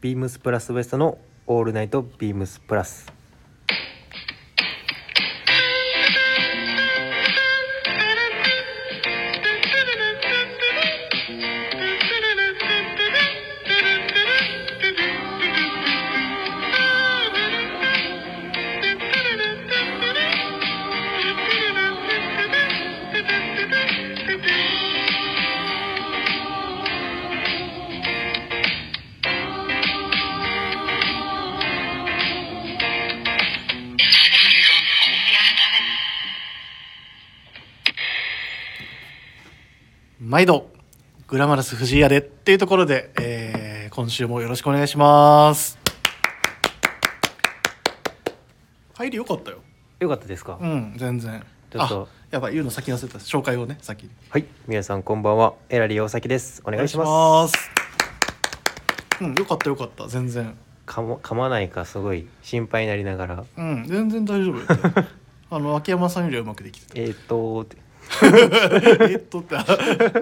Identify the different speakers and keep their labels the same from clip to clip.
Speaker 1: ビームスプラスウエストのオールナイトビームスプラス。
Speaker 2: Thank you.
Speaker 3: 毎度グラマラス藤井屋でっていうところで、えー今週もよろしくお願いします入り良かったよ
Speaker 1: よかったですか。
Speaker 3: うん全然
Speaker 1: ちょっと
Speaker 3: あやばい言うの先に忘れてた紹介をね先に
Speaker 1: はい、皆さんこんばんは。エラリー大崎です。お願いします。
Speaker 3: お願いしますうん良かった良かった全然
Speaker 1: かも噛まないかすごい心配になりながら。
Speaker 3: うん全然大丈 夫だったよあの秋山さんよりはうまくできてた
Speaker 1: えー、っと って
Speaker 3: えっとってあ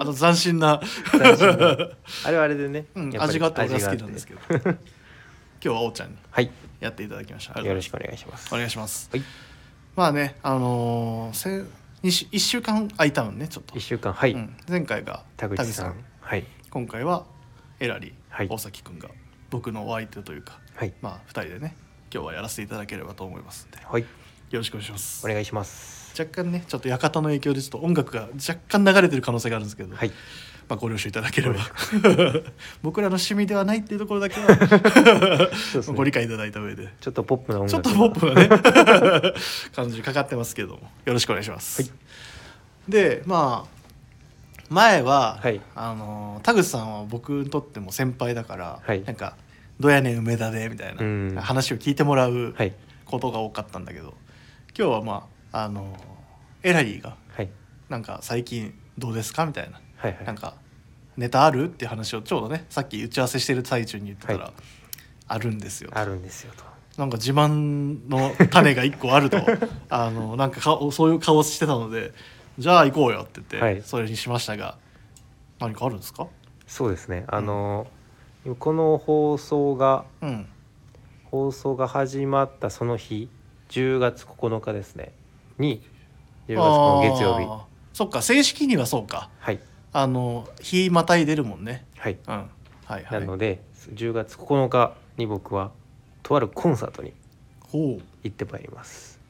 Speaker 3: あの斬新な
Speaker 1: 斬新なあれはあれでね。
Speaker 3: うん、
Speaker 1: やっぱり
Speaker 3: 味があって俺が好きなんですけど
Speaker 1: 味があって
Speaker 3: 今日はおうちゃんに
Speaker 1: はい、
Speaker 3: やっていただきましたありがとうございま
Speaker 1: よろ
Speaker 3: す
Speaker 1: しくお願いします。
Speaker 3: お願いします
Speaker 1: はい、
Speaker 3: まあねあのー、せ2週1週間空いたのねちょっと
Speaker 1: 一、週間はい、
Speaker 3: うん、前回が
Speaker 1: 田口さんはい
Speaker 3: 今回はエラリー、
Speaker 1: はい
Speaker 3: 大崎君が僕のお相手というか
Speaker 1: はい
Speaker 3: まあ2人でね今日はやらせていただければと思いますんでよ
Speaker 1: はい
Speaker 3: ろしくお願いします
Speaker 1: お願いします。
Speaker 3: 若干ねちょっと館の影響でちょっと音楽が若干流れてる可能性があるんですけど、
Speaker 1: はい、
Speaker 3: まあ、ご了承いただければ 僕らの趣味ではないっていうところだけ は
Speaker 1: そうですね
Speaker 3: ご理解いただいた上で
Speaker 1: ちょっとポップな音
Speaker 3: ちょっ
Speaker 1: 楽が
Speaker 3: とポップなね 感じかかってますけどもよろしくお願いします、
Speaker 1: はい
Speaker 3: でまあ前は、
Speaker 1: はい
Speaker 3: あの田口さんは僕にとっても先輩だから、
Speaker 1: はい
Speaker 3: なんか「どやねん梅田で」みたい
Speaker 1: うん
Speaker 3: な話を聞いてもらう
Speaker 1: はい
Speaker 3: ことが多かったんだけど、今日はまああのエラリーが
Speaker 1: はい
Speaker 3: なんか最近どうですかみたいな
Speaker 1: はいはい
Speaker 3: なんかネタあるっていう話をちょうどねさっき打ち合わせしてる最中に言ってたら、
Speaker 1: はい
Speaker 3: あるんですよ
Speaker 1: あるんですよと。
Speaker 3: なんか自慢の種が1個あ るとあのなんか顔そういう顔してたのでじゃあ行こうよって言って、
Speaker 1: はい
Speaker 3: それにしましたが何かあるんですか
Speaker 1: そうですね。あの、この放送が
Speaker 3: うん
Speaker 1: 放送が始まったその日10月9日ですねに10月の月曜日
Speaker 3: あーそっか正式にはそうか
Speaker 1: はい
Speaker 3: あの日またいでるもんね
Speaker 1: はい、
Speaker 3: うんはいはい
Speaker 1: なので10月9日に僕はとあるコンサートに
Speaker 3: ほ
Speaker 1: 行ってまいります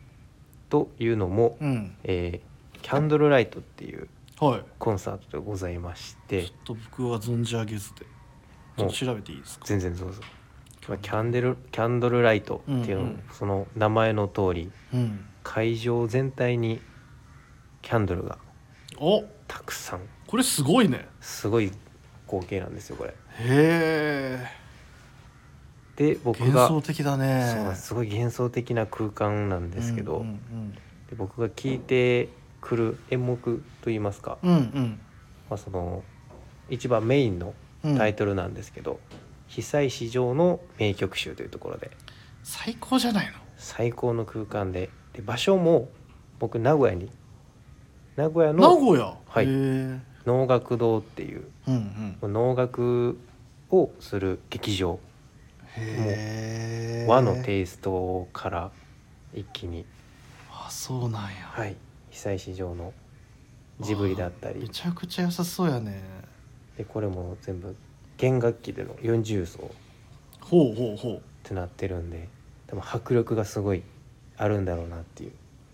Speaker 1: というのも、
Speaker 3: ううん
Speaker 1: えーキャンドルライトっていう
Speaker 3: はい
Speaker 1: コンサートでございまして
Speaker 3: ちょっと僕は存じ上げずでちょ
Speaker 1: も
Speaker 3: っ
Speaker 1: う
Speaker 3: と調べていいですか
Speaker 1: 全然どうぞまあキャンデルキャンドルライトっていうの、
Speaker 3: うんうん
Speaker 1: その名前の通り
Speaker 3: うん
Speaker 1: 会場全体にキャンドルが
Speaker 3: お
Speaker 1: たくさん
Speaker 3: これすごいね
Speaker 1: すごい光景なんですよこれ
Speaker 3: へえ
Speaker 1: で僕
Speaker 3: 幻
Speaker 1: が
Speaker 3: 想的だね
Speaker 1: そうなんですすごい幻想的な空間なんですけど、
Speaker 3: うんうん
Speaker 1: で僕が聴いてくる演目といいますか、
Speaker 3: うん、うんうん
Speaker 1: まあ、その一番メインの
Speaker 3: うん
Speaker 1: タイトルなんですけど「被災市場の名曲集」というところで
Speaker 3: 最高じゃないの
Speaker 1: 最高の空間でで場所も僕名古屋に名古屋
Speaker 3: 名
Speaker 1: の
Speaker 3: 古屋
Speaker 1: はい
Speaker 3: へー
Speaker 1: 能楽堂っていう
Speaker 3: うんうん
Speaker 1: 能楽をする劇場
Speaker 3: へー
Speaker 1: 和のテイストから一気に、
Speaker 3: あそうなんや、
Speaker 1: はい、被災市場のジブリだった
Speaker 3: め
Speaker 1: り
Speaker 3: ちゃくちゃ良さそうやね
Speaker 1: でこれも全部弦楽器での40層っ
Speaker 3: ほうほうほ
Speaker 1: てなってるんで多分迫力がすごいあるんだろうなっていう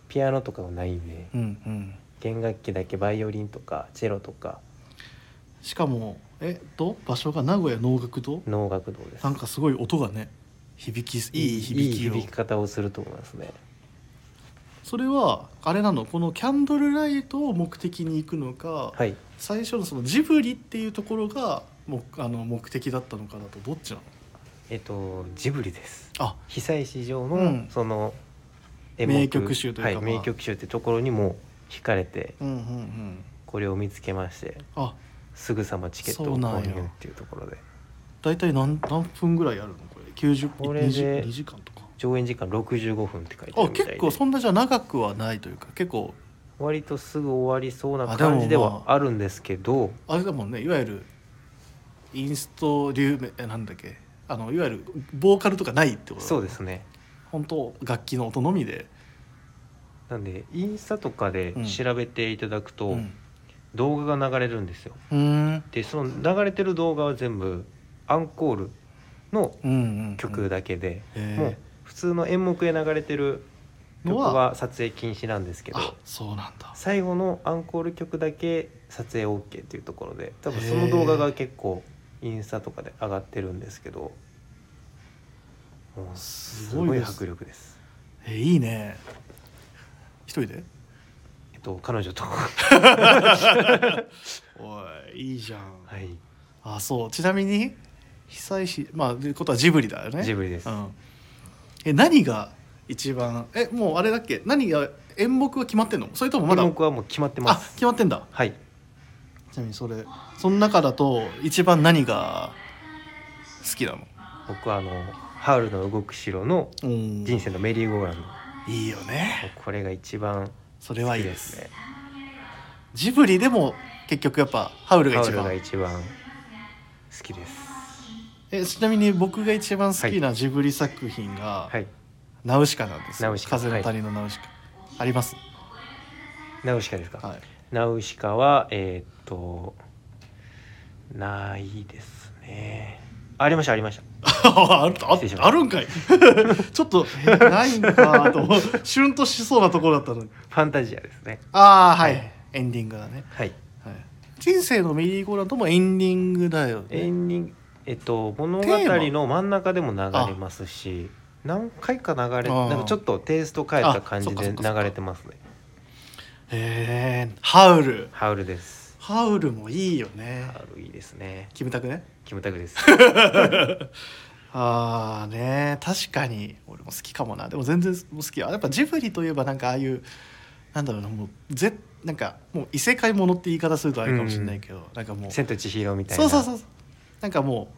Speaker 1: ピアノとかはないんで
Speaker 3: ううんうん
Speaker 1: 弦楽器だけバイオリンとかチェロとか
Speaker 3: しかもえっと場所が名古屋能楽堂
Speaker 1: 能楽堂です
Speaker 3: なんかすごい音がね響きいい響きを
Speaker 1: いい響き方をすると思いますね
Speaker 3: それはあれなのこのキャンドルライトを目的に行くのか、
Speaker 1: はい
Speaker 3: 最初のそのジブリっていうところがもあの目的だったのかだとどっちなの
Speaker 1: えっとジブリです
Speaker 3: あ
Speaker 1: 被災市場の、
Speaker 3: うん
Speaker 1: その演目
Speaker 3: 名曲集とい
Speaker 1: は
Speaker 3: うかまあ
Speaker 1: 名曲集ってところにも惹かれて
Speaker 3: うんうんうん
Speaker 1: これを見つけまして
Speaker 3: あ
Speaker 1: すぐさまチケット
Speaker 3: そ
Speaker 1: を
Speaker 3: うなん
Speaker 1: 購
Speaker 3: や
Speaker 1: 入っていうところで
Speaker 3: 大体何何分ぐらいやるのこれ90
Speaker 1: これで
Speaker 3: 分2時間とか
Speaker 1: 上演時間65分って書いてあ
Speaker 3: あ
Speaker 1: るみたいで
Speaker 3: 結構そんなじゃ長くはないというか結構
Speaker 1: 割とすぐ終わりそうな
Speaker 3: あでも
Speaker 1: 感じで
Speaker 3: ま
Speaker 1: は
Speaker 3: あ
Speaker 1: あるんですけど、
Speaker 3: あれだもんねいわゆるインスト流めえなんだっけあのいわゆるボーカルとかないってこと
Speaker 1: そうですすね
Speaker 3: 本当楽器の音のみで、
Speaker 1: なんでインスタとかで
Speaker 3: うん
Speaker 1: 調べていただくと、
Speaker 3: うん
Speaker 1: 動画が流れるんですよ
Speaker 3: うーん
Speaker 1: でその流れてる動画は全部アンコールの
Speaker 3: うんうんうん
Speaker 1: 曲だけで、
Speaker 3: へー
Speaker 1: もう普通の演目へ流れてる曲
Speaker 3: のは
Speaker 1: は撮影禁止なんですけど
Speaker 3: あそうなんだ
Speaker 1: 最後のアンコール曲だけ撮影 OK っていうところで多分その動画が結構インスタとかで上がってるんですけどもうす
Speaker 3: す
Speaker 1: ご
Speaker 3: ご
Speaker 1: い
Speaker 3: いです
Speaker 1: 迫力です。
Speaker 3: えいいね一人で
Speaker 1: えっと彼女と
Speaker 3: おいいいじゃん、
Speaker 1: はい
Speaker 3: あそうちなみに久石まあということはジブリだよね
Speaker 1: ジブリです
Speaker 3: う。ん、え何が一番えもうあれだっけ何が演目は決まってんのそれともまだ
Speaker 1: 演目はもう決まってま
Speaker 3: あ
Speaker 1: す。
Speaker 3: 決まってんだ
Speaker 1: はい。
Speaker 3: ちなみにそれその中だと一番何が好きなの
Speaker 1: 僕はあのハウルの動く城の
Speaker 3: うん
Speaker 1: 人生のメリーゴーランド。も
Speaker 3: いいよね
Speaker 1: うこれが一番
Speaker 3: それ
Speaker 1: 好
Speaker 3: は
Speaker 1: き
Speaker 3: いい
Speaker 1: で
Speaker 3: です
Speaker 1: すね。
Speaker 3: ジブリでも結局やっぱハウルが
Speaker 1: ハウ
Speaker 3: 一
Speaker 1: ルが
Speaker 3: 番
Speaker 1: 一番好きです。
Speaker 3: えちなみに僕が一番好きなジブリ作品が、
Speaker 1: はい。
Speaker 3: ナウシカなんですよ
Speaker 1: ナウシカ
Speaker 3: 風の谷のナウシカ、あります
Speaker 1: ナウシカですか。
Speaker 3: はい
Speaker 1: ナウシカはえーっとないですねありましたありました
Speaker 3: ああるあ
Speaker 1: 失礼しました
Speaker 3: あるんかい ちょっとえないんかと シュンとしそうなところだったの
Speaker 1: フ
Speaker 3: に
Speaker 1: ァンタジアですね
Speaker 3: ああはい、
Speaker 1: はい
Speaker 3: エンディングだね、
Speaker 1: はい
Speaker 3: はい、人生のメリーゴーランドもエンディングだよ
Speaker 1: エ
Speaker 3: ね
Speaker 1: ンディングえっと物語
Speaker 3: テーマ
Speaker 1: の真ん中でも流れますし何回か流れ
Speaker 3: あー
Speaker 1: なんかちょっとテイスト変えた感じ
Speaker 3: あそ
Speaker 1: で
Speaker 3: っかそっかそっか
Speaker 1: 流れてますね
Speaker 3: へえハウル
Speaker 1: ハウルです
Speaker 3: ハウルもいいよね
Speaker 1: ハウルいいですね
Speaker 3: キムタクね
Speaker 1: キムタク です
Speaker 3: ああね確かに俺も好きかもなでも全然好きやっぱジブリといえばなんかああいうなんだろうなもうぜなんかもう異世界ものって言い方するとあれかもしれないけど、なんかもう
Speaker 1: 千と千尋みたい
Speaker 3: そ
Speaker 1: な
Speaker 3: うそうそうそうなんかも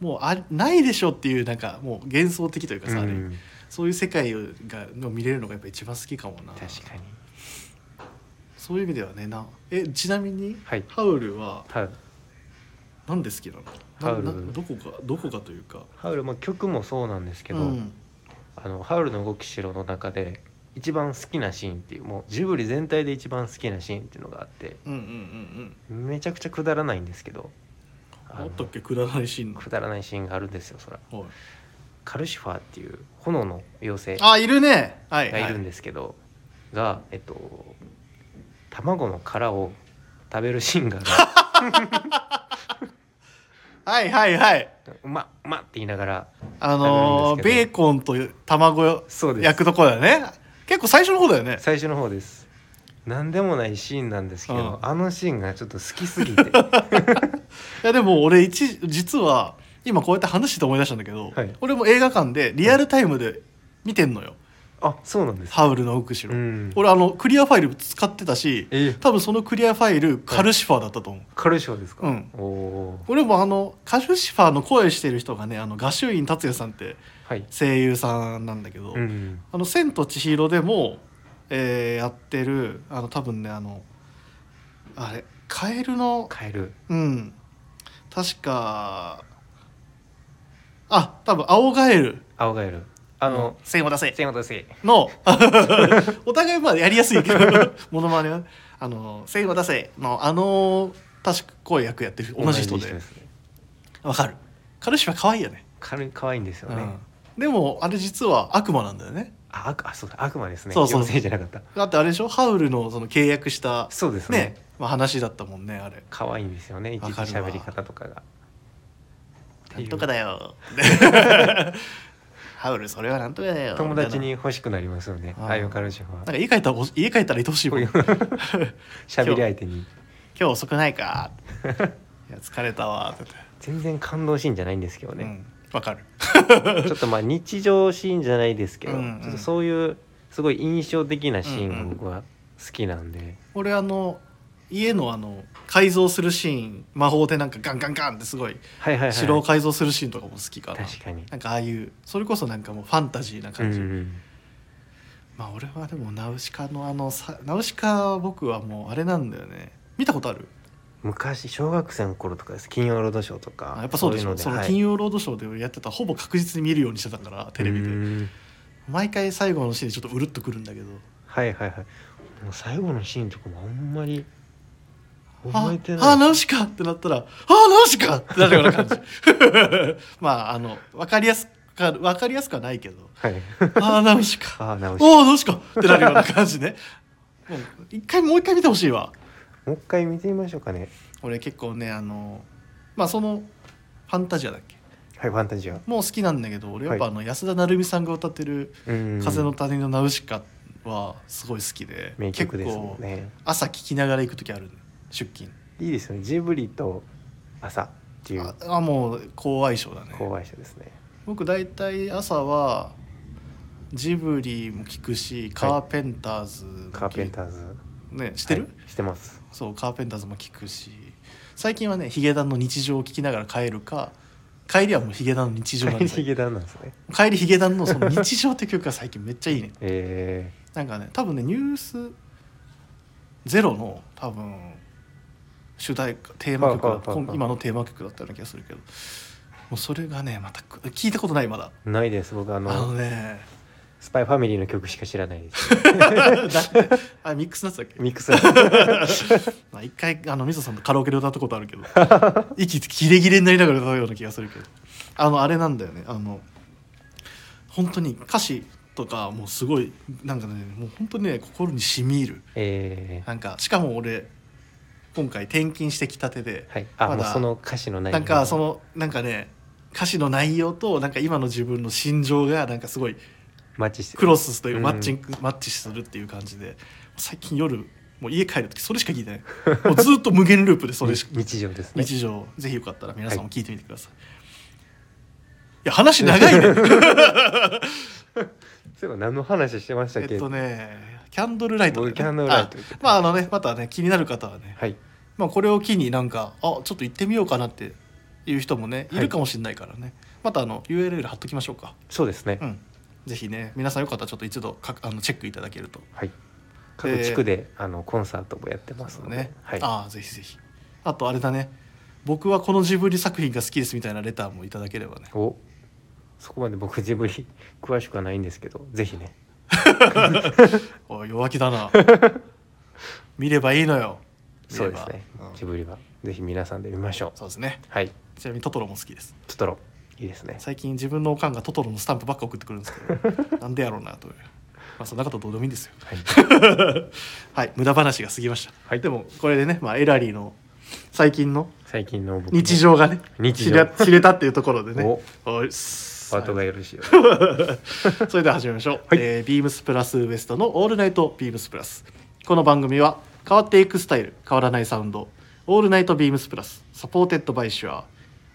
Speaker 3: うもうあないでしょっていうなんかもう幻想的というかさ、あ
Speaker 1: う
Speaker 3: れ
Speaker 1: ん
Speaker 3: そういう世界がの見れるのがやっぱ一番好きかもな
Speaker 1: 確かに
Speaker 3: そういう意味ではねなえちなみに、
Speaker 1: はい
Speaker 3: ハウルは
Speaker 1: ハウル
Speaker 3: なんで好きなの
Speaker 1: ハウル
Speaker 3: ななどこかどこかというか
Speaker 1: ハウルまあ曲もそうなんですけど、
Speaker 3: うん
Speaker 1: あの「ハウルの動く城」の中で一番好きなシーンっていうもうジブリ全体で一番好きなシーンっていうのがあって
Speaker 3: うんうんうん
Speaker 1: めちゃくちゃくだらないんですけど
Speaker 3: うん
Speaker 1: あ
Speaker 3: あ
Speaker 1: の
Speaker 3: ったっけくだらないシーンの
Speaker 1: くだらないシーンがあるんですよそら
Speaker 3: はい
Speaker 1: カルシファーっていう炎の妖精
Speaker 3: あいるねはい
Speaker 1: がいるん
Speaker 3: で
Speaker 1: ですけどがえっと卵の殻を食べるシーンがあ
Speaker 3: はいはいはい
Speaker 1: るうまうまって言いながら
Speaker 3: あの
Speaker 1: 食
Speaker 3: ー
Speaker 1: べ
Speaker 3: ベ
Speaker 1: るんですけど
Speaker 3: ーコンと卵
Speaker 1: そうです
Speaker 3: 焼くとこだよね結構最初の方だよね
Speaker 1: 最初の方です何でもないシーンなんですけど、
Speaker 3: うん
Speaker 1: あのシーンがちょっと好きすぎ て
Speaker 3: いやでも俺一実は今こうやって話してて思い出したんだけど、
Speaker 1: はい
Speaker 3: 俺も映画館でリアルタイムで見てんのよ
Speaker 1: あそうなんで
Speaker 3: 「
Speaker 1: す
Speaker 3: ハウルの奥城」
Speaker 1: うん
Speaker 3: 俺あのクリアファイル使ってたし
Speaker 1: え
Speaker 3: 多分そのクリアファイルカルシファーだったと思う、
Speaker 1: カルシファーですか、
Speaker 3: うん
Speaker 1: おおー
Speaker 3: 俺もあのカルシファーの声してる人がねあのガシュイン達也さんって
Speaker 1: はい
Speaker 3: 声優さんなんだけど、
Speaker 1: うん
Speaker 3: あの「千と千尋」でも、えーやってるあの多分ねあのあれカエルの
Speaker 1: カエル
Speaker 3: うん確かあ多分青ガエル
Speaker 1: 青ガエルあの
Speaker 3: 「千を出せ
Speaker 1: 千本先」
Speaker 3: の お互いまあやりやすいけど ものまねはあの「千を出せ」のあの確か声役やってる同じ人で
Speaker 1: ですね
Speaker 3: わかるカルシファ可愛いよね
Speaker 1: カエル可愛いんですよね、
Speaker 3: うんでもあれ実は悪魔なんだよね
Speaker 1: あ悪あそうだ悪魔ですね
Speaker 3: そうそう
Speaker 1: 妖精じゃなかった
Speaker 3: だってあれでしょハウルのその契約した
Speaker 1: そうですね
Speaker 3: ね、まあ、話だったもんねあれ
Speaker 1: 可愛いんですよね一
Speaker 3: わ
Speaker 1: 時
Speaker 3: かるわ
Speaker 1: 喋り方とかが
Speaker 3: なんとかだよ ハウルそれはなんとかだよ
Speaker 1: 友達に
Speaker 3: み
Speaker 1: 欲しくなりますよね
Speaker 3: あー
Speaker 1: ああいうカルシファ
Speaker 3: たいなな
Speaker 1: ー
Speaker 3: んか家帰ったらお家帰ったら愛おしいもん
Speaker 1: こ
Speaker 3: 今
Speaker 1: う喋り相手に
Speaker 3: 日遅くな いかいや疲れたわって言って
Speaker 1: 全然感動シーンじゃないんですけど
Speaker 3: う
Speaker 1: ね、
Speaker 3: んわかる
Speaker 1: ちょっとまあ日常シーンじゃないですけど、
Speaker 3: うんうん
Speaker 1: ちょっとそういうすごい印象的なシーン
Speaker 3: うん
Speaker 1: が
Speaker 3: うん
Speaker 1: 僕は好きなんで、
Speaker 3: 俺あの家のあの改造するシーン魔法でなんかガンガンガンってすごい
Speaker 1: はいはいはい
Speaker 3: 城を改造するシーンとかも好きかな、
Speaker 1: 確かに
Speaker 3: なんかああいうそれこそなんかもうファンタジーな感じ、
Speaker 1: うんうん
Speaker 3: まあ俺はでもナウシカのあのさナウシカは僕はもうあれなんだよね見たことある
Speaker 1: 昔小学生の頃とかです「金曜ロードショー」とか
Speaker 3: あやっぱそうでしょそ
Speaker 1: い
Speaker 3: の
Speaker 1: はい
Speaker 3: 金曜ロードショーでやってたらほぼ確実に見るようにしてたからテレビ
Speaker 1: う
Speaker 3: で
Speaker 1: ん
Speaker 3: 毎回最後のシーンでちょっとうるっとくるんだけど
Speaker 1: はいはいはいもう最後のシーンとかもあんまり
Speaker 3: あ
Speaker 1: 覚えてない
Speaker 3: あナウシカってなったらああナウシカってなるような感じ まああの分かりやすくは分かりやすくはないけど
Speaker 1: はい
Speaker 3: ああナウシカ
Speaker 1: ああ直しも
Speaker 3: おおナウシカってなるような感じねもう一回もう一回見てほしいわ
Speaker 1: う一回見てみましょうかね
Speaker 3: 俺結構ねあのまあその「ファンタジア」だっけ
Speaker 1: はいファンタジア
Speaker 3: もう好きなんだけど俺やっぱあの安田成美さんが歌ってる
Speaker 1: うん
Speaker 3: 「風の谷のナウシカ」はすごい好きで
Speaker 1: 名曲ですもん
Speaker 3: 結構
Speaker 1: ね
Speaker 3: 朝聴きながら行く時ある出勤
Speaker 1: いいですよねジブリと朝っていう
Speaker 3: ああもう好相性だね
Speaker 1: 購買者ですね
Speaker 3: 僕大体朝はジブリも聞くしカーペンターズも聞く
Speaker 1: カーペンターズ
Speaker 3: ね知ってる、
Speaker 1: はいしてます
Speaker 3: そうカーペンターズも聞くし最近はねヒゲダンの日常を聞きながら帰るか帰りはもうヒゲダンの日常なんです
Speaker 1: ヒ
Speaker 3: よ
Speaker 1: ゲダンなんですね
Speaker 3: 帰りヒゲダンのその日常って曲が最近めっちゃいいね
Speaker 1: え
Speaker 3: なんかね多分ね「ニュースゼロの多分主題歌テーマ曲
Speaker 1: はい
Speaker 3: だ
Speaker 1: はいはいはい
Speaker 3: 今今のテーマ曲だったような気がするけどもうそれがねまたく聞いたことないまだ
Speaker 1: ー、ないです僕あ
Speaker 3: あ
Speaker 1: の
Speaker 3: のね
Speaker 1: スパイファミリーの曲しか知らないです
Speaker 3: だって あミックスナッツだっけ
Speaker 1: ミックスは
Speaker 3: まあ一回あのみそさんとカラオケで歌ったことあるけど 息ギレギレになりながら歌うような気がするけどあのあれなんだよねあの本当に歌詞とかもうすごいなんかねもう本当にね心にしみ入る
Speaker 1: えー、
Speaker 3: なんかしかも俺今回転勤してきたてで、
Speaker 1: はいあ、
Speaker 3: まだ
Speaker 1: もうその歌詞の内容
Speaker 3: なんかそのなんかね歌詞の内容となんか今の自分の心情がなんかすごい
Speaker 1: マッチして
Speaker 3: クロスという
Speaker 1: うん
Speaker 3: マッチング、マッチするっていう感じで最近夜もう家帰る時それしか聞いてないもうずっと無限ループでそれし か
Speaker 1: 日常ですね
Speaker 3: 日常ぜひよかったら皆さんも聞いてみてください、い、や話長い ね
Speaker 1: そういえば何の話してましたっけ、
Speaker 3: えっとねキャンドルライトだよ
Speaker 1: 僕キ
Speaker 3: ね、
Speaker 1: ャンドルライト
Speaker 3: あまああのねまたね気になる方はね、
Speaker 1: はい
Speaker 3: まあ、これを機になんかあちょっと行ってみようかなっていう人もねいるかもしれないからね、またあの URL 貼っときましょうか
Speaker 1: そうですね、
Speaker 3: うんぜひね皆さんよかったらちょっと一度かあのチェックいただけると
Speaker 1: はい各地区で、あのコンサートもやってますので、
Speaker 3: ね、
Speaker 1: はい
Speaker 3: ああぜひぜひあとあれだね僕はこのジブリ作品が好きですみたいなレターもいただければね
Speaker 1: おそこまで僕ジブリ詳しくはないんですけどぜひね
Speaker 3: おい弱気 だな見ればいいのよ見
Speaker 1: そ
Speaker 3: れ
Speaker 1: うで
Speaker 3: ば
Speaker 1: すね、
Speaker 3: うん
Speaker 1: ジブリはぜひ皆さんで見ましょう
Speaker 3: そうですね
Speaker 1: はい
Speaker 3: ちなみにトトロも好きです
Speaker 1: トトロいいですね
Speaker 3: 最近自分のおかんがトトロのスタンプばっか送ってくるんですけ どなんでやろうなというまあそんなことどうでもいいんですよ
Speaker 1: はい、
Speaker 3: はい無駄話が過ぎました、
Speaker 1: はい
Speaker 3: でもこれでね、まあ、エラリーの最近の
Speaker 1: 最近の僕の
Speaker 3: 日常がね
Speaker 1: 日常
Speaker 3: 知れ知れたっていうところでね
Speaker 1: おパ
Speaker 3: おい
Speaker 1: ート
Speaker 3: そ
Speaker 1: がよろしいようで
Speaker 3: れでは始めましょう、
Speaker 1: はい
Speaker 3: えービームスプラスウエストの「オールナイトビームスプラス」この番組は変わっていくスタイル変わらないサウンド「オールナイトビームスプラス」サポーテッドバイシュア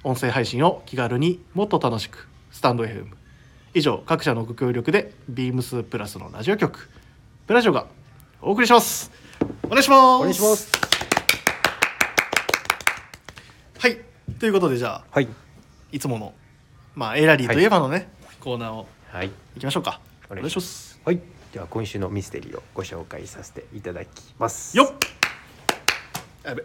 Speaker 3: 音声配信を気軽にもっと楽しくスタンド FM 以上各社のご協力でビームスプラスのラジオ局プラジオがお送りしますお願いします
Speaker 1: お願いします
Speaker 3: はいということでじゃあ
Speaker 1: はい
Speaker 3: いつもの、まあ、エラリーといえばのね、コーナーを
Speaker 1: はい
Speaker 3: いきましょうか。
Speaker 1: お
Speaker 3: お
Speaker 1: 願
Speaker 3: 願
Speaker 1: い
Speaker 3: い
Speaker 1: し
Speaker 3: し
Speaker 1: ま
Speaker 3: ます。
Speaker 1: はいでは今週のミステリーをご紹介させていただきます
Speaker 3: よっやべ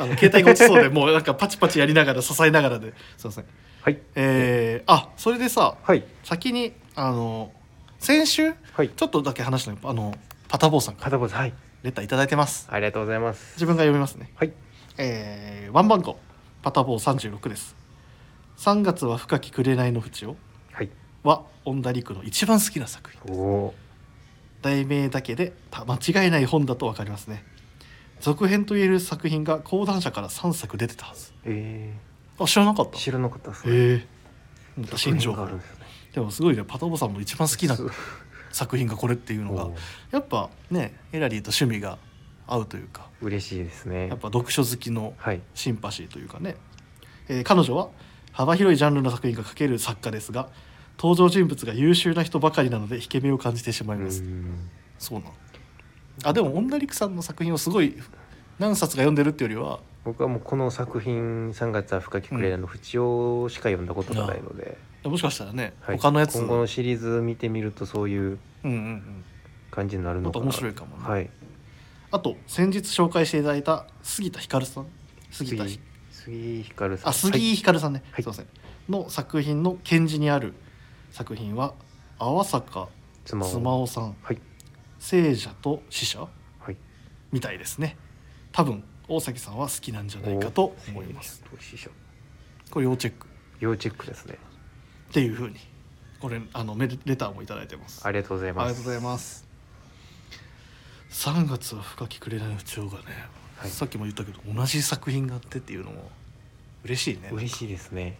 Speaker 3: あの携帯が落ちそう でもうなんかパチパチやりながら支えながらですいません。
Speaker 1: はい
Speaker 3: えー、あそれでさ
Speaker 1: はい
Speaker 3: 先にあの先週
Speaker 1: はい
Speaker 3: ちょっとだけ話したのあのパタボーさんから
Speaker 1: 片方はい
Speaker 3: レターいただいてます。
Speaker 1: ありがとうございます
Speaker 3: 自分が読みますね。
Speaker 1: はい
Speaker 3: えー、ワンバンコパタボー36です。3月は深き紅の淵を
Speaker 1: はい
Speaker 3: はンダリクの一番好きな作品です
Speaker 1: お。お
Speaker 3: 題名だけでた間違いない本だと分かりますね続編といえる作品が講談社から3作出てたはず
Speaker 1: え
Speaker 3: あ知らなかっ
Speaker 1: ー、
Speaker 3: た
Speaker 1: 知らなかったですね
Speaker 3: ええ新情
Speaker 1: が
Speaker 3: 報
Speaker 1: あるんですね
Speaker 3: でもすごいねパタボさんも一番好きな作品がこれっていうのが
Speaker 1: おー
Speaker 3: やっぱねエラリーと趣味が合うというか
Speaker 1: 嬉しいですね
Speaker 3: やっぱ読書好きの
Speaker 1: はい
Speaker 3: シンパシーというかね、えー彼女は幅広いジャンルの作品が書ける作家ですが登場人物が優秀な人ばかりなので引け目を感じてしまいます
Speaker 1: うーん
Speaker 3: そうなのあでも女陸さんの作品をすごい何冊か読んでるっていうよりは
Speaker 1: 僕はもうこの作品「3月は深きクレラ」の淵をしか読んだことがないので、
Speaker 3: もしかしたらね、
Speaker 1: はい
Speaker 3: 他のやつ
Speaker 1: 今後のシリーズ見てみるとそういう
Speaker 3: うんうんうん
Speaker 1: 感じになる
Speaker 3: も
Speaker 1: の
Speaker 3: っと
Speaker 1: かな
Speaker 3: 面白いかもね、
Speaker 1: はい
Speaker 3: あと先日紹介していただいた杉田ひかるさん杉田ひ
Speaker 1: 杉井ひかるさん
Speaker 3: あ杉井ひかるさんね、
Speaker 1: はい
Speaker 3: すいませんの作品の検事にある作品は「泡坂
Speaker 1: 妻を
Speaker 3: 妻夫さん
Speaker 1: はい
Speaker 3: 聖者と死者
Speaker 1: はい」
Speaker 3: みたいですね多分大崎さんは好きなんじゃないかと思います
Speaker 1: お師匠
Speaker 3: これ要チェック
Speaker 1: 要チェックですね
Speaker 3: っていうふうにこれあのメレターもいただいてます
Speaker 1: ありがとうござい
Speaker 3: あ
Speaker 1: ます
Speaker 3: りがとうございます。3月は深き紅の蝶がね、
Speaker 1: はい
Speaker 3: さっきも言ったけど同じ作品があってっていうのも嬉しいね
Speaker 1: 嬉しいですね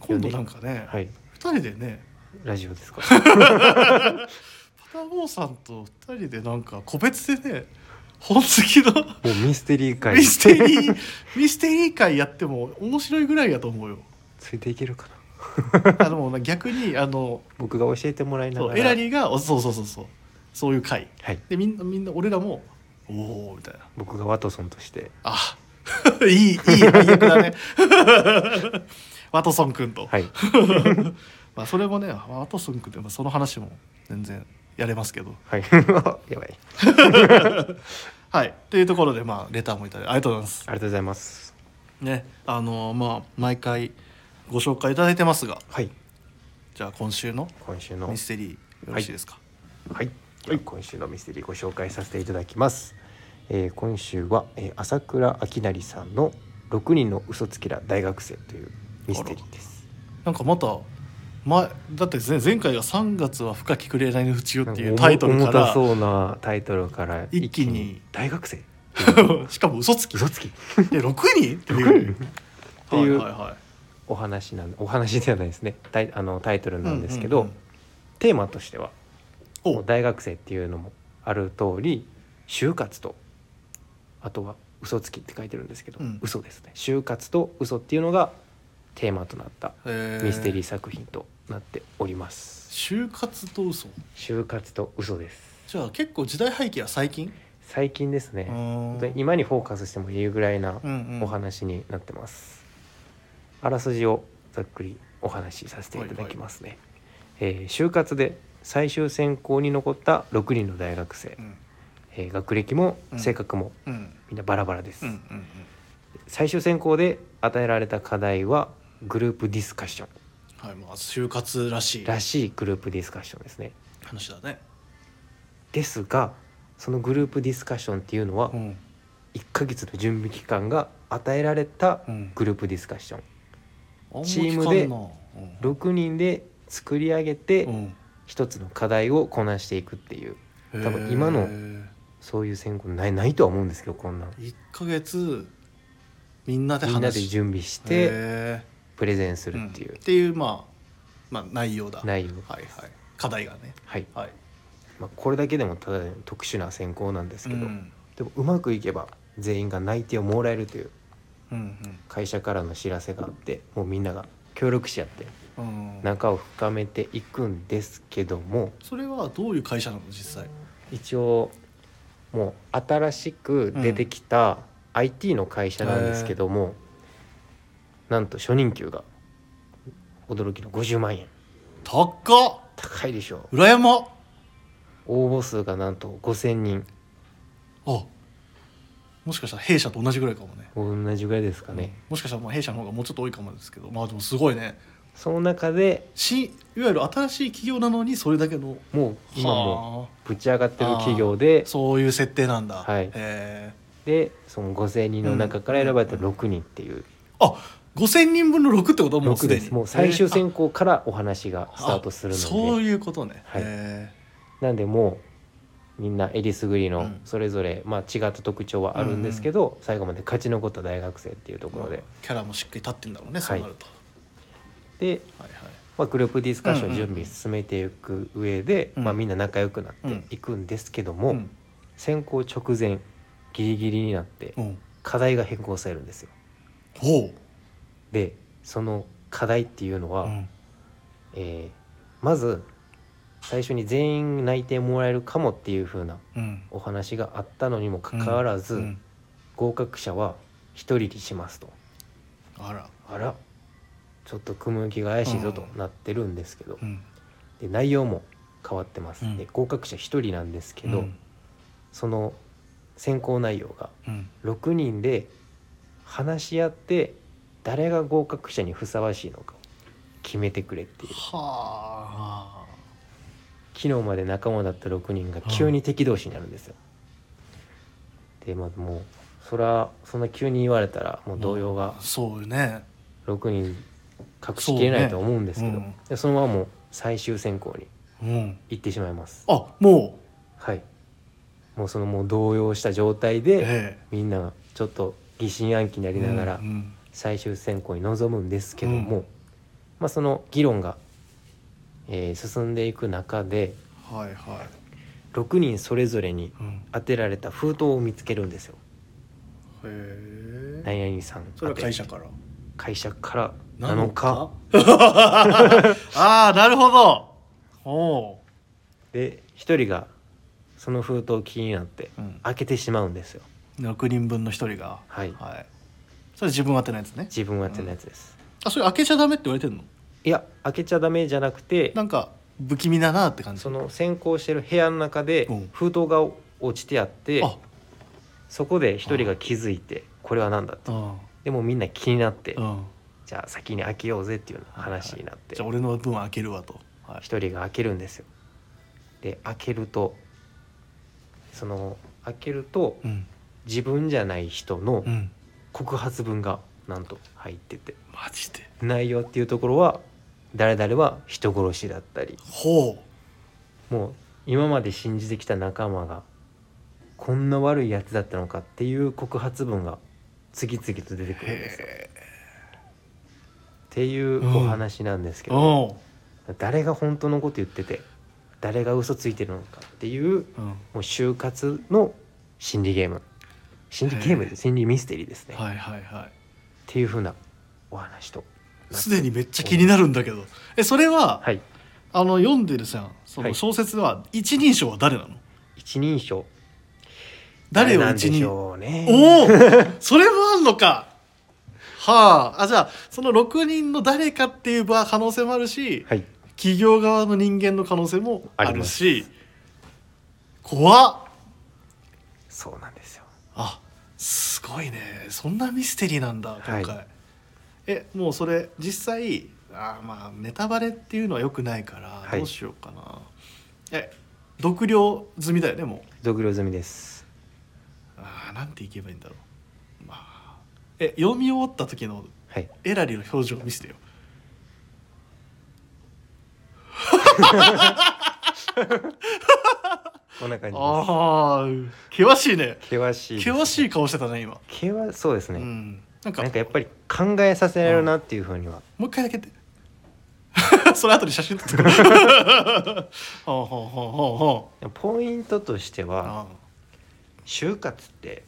Speaker 3: 今度なんかね、
Speaker 1: はい
Speaker 3: 2人でね
Speaker 1: ラジオです か
Speaker 3: パタゴーさんと2人でなんか個別でね本好きの
Speaker 1: もうミステリー会
Speaker 3: ミステ
Speaker 1: ー
Speaker 3: リー、ミステリー会やっても面白いぐらいやと思うよ。
Speaker 1: ついていけるかな
Speaker 3: あでも逆にあの
Speaker 1: 僕が教えてもら いな
Speaker 3: そ
Speaker 1: が
Speaker 3: う
Speaker 1: ら
Speaker 3: エラリーがおそうそうそうそうそういう会
Speaker 1: はい
Speaker 3: でみんなみんな俺らもおおみたいな
Speaker 1: 僕がワトソンとして
Speaker 3: あ いいいい配役だね ワトソン君と、
Speaker 1: はい
Speaker 3: まあそれもねワトソン君ってまあその話も全然やれますけど
Speaker 1: はい やばい
Speaker 3: はいというところでまあレターもいただいてありがとうございます
Speaker 1: ありがとうございます
Speaker 3: ねあのまあ毎回ご紹介いただいてますが
Speaker 1: はい
Speaker 3: じゃあ今週の
Speaker 1: 今週の
Speaker 3: ミステリーよろしいですか、
Speaker 1: はい、今週のミステリーご紹介させていただきます、えー今週は、えー朝倉明成さんの6人の嘘つきら大学生というミステリーです
Speaker 3: なんかまた前だって前前回が「3月は深き紅の淵よ」ってい
Speaker 1: なん
Speaker 3: う
Speaker 1: か重
Speaker 3: タイトルか
Speaker 1: 重た
Speaker 3: ら
Speaker 1: そうなタイトルから
Speaker 3: 一気に
Speaker 1: 大学生
Speaker 3: しかも嘘つき
Speaker 1: 嘘つきっ
Speaker 3: で6人っていう
Speaker 1: ていう
Speaker 3: はいはいはい
Speaker 1: お話なんお話ではないですねタイあのタイトルなんですけど、
Speaker 3: うんうんうん
Speaker 1: テーマとしてはも
Speaker 3: お
Speaker 1: う大学生っていうのもある通り就活とあとは嘘つきって書いてるんですけど、
Speaker 3: うん
Speaker 1: 嘘ですね就活と嘘っていうのがテーマとなった
Speaker 3: えー
Speaker 1: ミステリー作品となっております、
Speaker 3: 就活と嘘
Speaker 1: 就活と嘘です
Speaker 3: じゃあ結構時代背景は最近
Speaker 1: 最近です
Speaker 3: うー
Speaker 1: ね
Speaker 3: ん
Speaker 1: 本当に今にフォーカスしてもいいぐらいな
Speaker 3: うんうん
Speaker 1: お話になってます、あらすじをざっくりお話しさせていただきますね、えー就活で最終選考に残った6人の大学生、
Speaker 3: うん
Speaker 1: えー学歴も
Speaker 3: うん
Speaker 1: 性格も
Speaker 3: うん
Speaker 1: みんなバラバラです、
Speaker 3: うんうん
Speaker 1: 最終選考で与えられた課題はグループディスカッション
Speaker 3: はいまあ就活らしい
Speaker 1: らしいグループディスカッションですね
Speaker 3: 話だね
Speaker 1: ですがそのグループディスカッションっていうのは
Speaker 3: うん
Speaker 1: 1ヶ月の準備期間が与えられた
Speaker 3: うん
Speaker 1: グループディスカッション
Speaker 3: あんま
Speaker 1: チーム
Speaker 3: 聞
Speaker 1: で
Speaker 3: かんな
Speaker 1: 6人で作り上げて
Speaker 3: うんうん
Speaker 1: 1つの課題をこなしていくっていう多分今の
Speaker 3: へー
Speaker 1: そういう選考ないないとは思うんですけどこんなん
Speaker 3: 一ヶ月みんなで話
Speaker 1: みんなで準備して
Speaker 3: へ
Speaker 1: プレゼンす
Speaker 3: ー
Speaker 1: るってい
Speaker 3: ん
Speaker 1: う
Speaker 3: っていうまあまあ内容だ
Speaker 1: 内容
Speaker 3: はいはい課題がね
Speaker 1: はい、
Speaker 3: はい
Speaker 1: まあ、これだけでもただの特殊な選考なんですけど、
Speaker 3: うん
Speaker 1: でもうまくいけば全員が内定をもらえるという
Speaker 3: うん
Speaker 1: 会社からの知らせがあってもうみんなが協力し合って
Speaker 3: うんうん
Speaker 1: 仲を深めていくんですけども
Speaker 3: それはどういう会社なの実際
Speaker 1: 一応もう新しく出てきた IT の会社なんですけども、なんと初任給が驚きの50万円
Speaker 3: 高っ
Speaker 1: 高いでしょう
Speaker 3: 裏山
Speaker 1: 応募数がなんと5,000人
Speaker 3: あもしかしたら弊社と同じぐらいかもね
Speaker 1: 同じぐらいですかね、
Speaker 3: もしかしたらまあ弊社の方がもうちょっと多いかもですけどまあでもすごいね
Speaker 1: その中で
Speaker 3: しいわゆる新しい企業なのにそれだけの
Speaker 1: もう今も
Speaker 3: は
Speaker 1: ぶち上がってる企業で
Speaker 3: あそういう設定なんだ
Speaker 1: はい
Speaker 3: へえ
Speaker 1: でその5,000人の中から選ばれた6人っていう
Speaker 3: あ5000人分の6ってこともう
Speaker 1: 6
Speaker 3: すで
Speaker 1: で
Speaker 3: に
Speaker 1: すもう最終
Speaker 3: へえ
Speaker 1: 選考からお話がスタートする
Speaker 3: あそう
Speaker 1: ので
Speaker 3: いうことね、
Speaker 1: はい
Speaker 3: へえ
Speaker 1: なんでもうみんなえりすぐり
Speaker 3: う
Speaker 1: の
Speaker 3: ん
Speaker 1: それぞれまあ違った特徴はあるんですけど最後まで勝ち残った大学生っていうところで
Speaker 3: キャラもしっかり立ってんだろう
Speaker 1: は
Speaker 3: ね
Speaker 1: い
Speaker 3: そうなると、
Speaker 1: で
Speaker 3: はいはい
Speaker 1: まあグループディスカッショ
Speaker 3: うん
Speaker 1: ン
Speaker 3: うん
Speaker 1: 準備進めていく上で
Speaker 3: うん
Speaker 1: まあみんな仲良くなっていくんですけども
Speaker 3: うん
Speaker 1: 選考直前ギリギリになって
Speaker 3: うん
Speaker 1: 課題が変更されるんですよ。
Speaker 3: ほう
Speaker 1: でその課題っていうのは、
Speaker 3: うん
Speaker 1: えーまず最初に全員内定もらえるかもっていう風な
Speaker 3: うん
Speaker 1: お話があったのにもかかわらず、
Speaker 3: うん
Speaker 1: 合格者は1人にしますと
Speaker 3: あら、
Speaker 1: あらちょっと雲行きが怪しいぞと
Speaker 3: うん
Speaker 1: なってるんですけど、
Speaker 3: うん、
Speaker 1: で内容も変わってます、
Speaker 3: うん
Speaker 1: で合格者1人なんですけど、
Speaker 3: うん
Speaker 1: その選考内容が
Speaker 3: うん
Speaker 1: 6人で話し合って誰が合格者にふさわしいのかを決めてくれっていう
Speaker 3: はあ
Speaker 1: 昨日まで仲間だった6人が急に敵同士になるんですよ。でまあもうそらそんな急に言われたらもう動揺が
Speaker 3: そうよね
Speaker 1: 6人隠しきれないとは思うんですけどそ,、
Speaker 3: そうねうん
Speaker 1: でそのままもう最終選考に
Speaker 3: うん
Speaker 1: 行ってしまいます。
Speaker 3: あもう
Speaker 1: はいもうそのもう動揺した状態で
Speaker 3: え
Speaker 1: みんながちょっと疑心暗鬼にな
Speaker 3: え
Speaker 1: りながら、
Speaker 3: うんうん
Speaker 1: 最終選考に臨むんですけども、
Speaker 3: うん
Speaker 1: まあ、その議論が、えー進んでいく中で
Speaker 3: はいはい、
Speaker 1: 6人それぞれに
Speaker 3: うん、
Speaker 1: 当てられた封筒を見つけるんですよ。
Speaker 3: へえ
Speaker 1: 何々さん
Speaker 3: それ
Speaker 1: 宛
Speaker 3: は
Speaker 1: て
Speaker 3: 会社から
Speaker 1: 会社からなのか
Speaker 3: ああなるほどお
Speaker 1: で1人がその封筒気になって
Speaker 3: お、うん、
Speaker 1: 開けてしまうんですよ。
Speaker 3: 6人分の1人が
Speaker 1: はい
Speaker 3: はいそれ自分当てないですね
Speaker 1: 自分宛てのやつです。
Speaker 3: あそれ開けちゃダメって言われてんの
Speaker 1: いや開けちゃダメじゃなくて
Speaker 3: なんか不気味だなって感じ
Speaker 1: その先行してる部屋の中で
Speaker 3: うん
Speaker 1: 封筒が落ちてあって
Speaker 3: あ
Speaker 1: そこで一人が気づいてこれは何だって
Speaker 3: うん
Speaker 1: でもみんな気になって
Speaker 3: うん
Speaker 1: じゃあ先に開けようぜっていうような話になって
Speaker 3: じゃあ俺の分開けるわと、はい、
Speaker 1: 一人が開けるんですよで開けるとその開けると
Speaker 3: うん
Speaker 1: 自分じゃない人の
Speaker 3: うん
Speaker 1: 告発文がなんと入ってて
Speaker 3: マジで
Speaker 1: 内容っていうところは誰々は人殺しだったり
Speaker 3: ほ
Speaker 1: もう今まで信じてきた仲間がこんな悪いやつだったのかっていう告発文が次々と出て
Speaker 3: う
Speaker 1: くるんですよ。っ
Speaker 3: へ
Speaker 1: ていうお話なんですけ
Speaker 3: えう
Speaker 1: ど、
Speaker 3: ん
Speaker 1: 誰が本当のこと言ってて誰が嘘ついてるのかっていう
Speaker 3: うん
Speaker 1: もう就活の心理ゲーム心理ゲーム
Speaker 3: へ
Speaker 1: で
Speaker 3: え
Speaker 1: 心理ミステリーですね、っ
Speaker 3: はいはいはい
Speaker 1: ていうふうなお話と
Speaker 3: すでにめっちゃ気になるんだけどえそれは、
Speaker 1: はい
Speaker 3: あの読んでるさそ
Speaker 1: は
Speaker 3: の
Speaker 1: い
Speaker 3: 小説は一人称は誰なの
Speaker 1: 一人称
Speaker 3: 誰を
Speaker 1: なん
Speaker 3: 一
Speaker 1: で
Speaker 3: 人
Speaker 1: し
Speaker 3: 称
Speaker 1: ょうね
Speaker 3: おお それもあんのかはああじゃあその6人の誰かっていう場合可能性もあるし、
Speaker 1: はい
Speaker 3: 企業側の人間の可能性もあ
Speaker 1: あり
Speaker 3: る
Speaker 1: ま
Speaker 3: し怖っ
Speaker 1: そうなんですよ
Speaker 3: あすごいねそんなミステリーなんだ今回、
Speaker 1: は
Speaker 3: えもうそれ実際あーまあネタバレっていうのはよくないから
Speaker 1: はい
Speaker 3: どうしようかな、え読了済みだよねもう
Speaker 1: 独了済みです
Speaker 3: あーなんていけばいいんだろうまあえ読み終わった時の
Speaker 1: はい
Speaker 3: エラリの表情見せてよ
Speaker 1: こんな感じです
Speaker 3: ああ険しいね
Speaker 1: 険しいです
Speaker 3: 険しい顔してたね今、
Speaker 1: 毛はそうですね、
Speaker 3: うんなんか
Speaker 1: なんかやっぱり考えさせられるなっていうふうには
Speaker 3: もう一回だけって それ後で写真撮ってく るほうほうほうほうほう
Speaker 1: ポイントとしては
Speaker 3: あ
Speaker 1: 就活って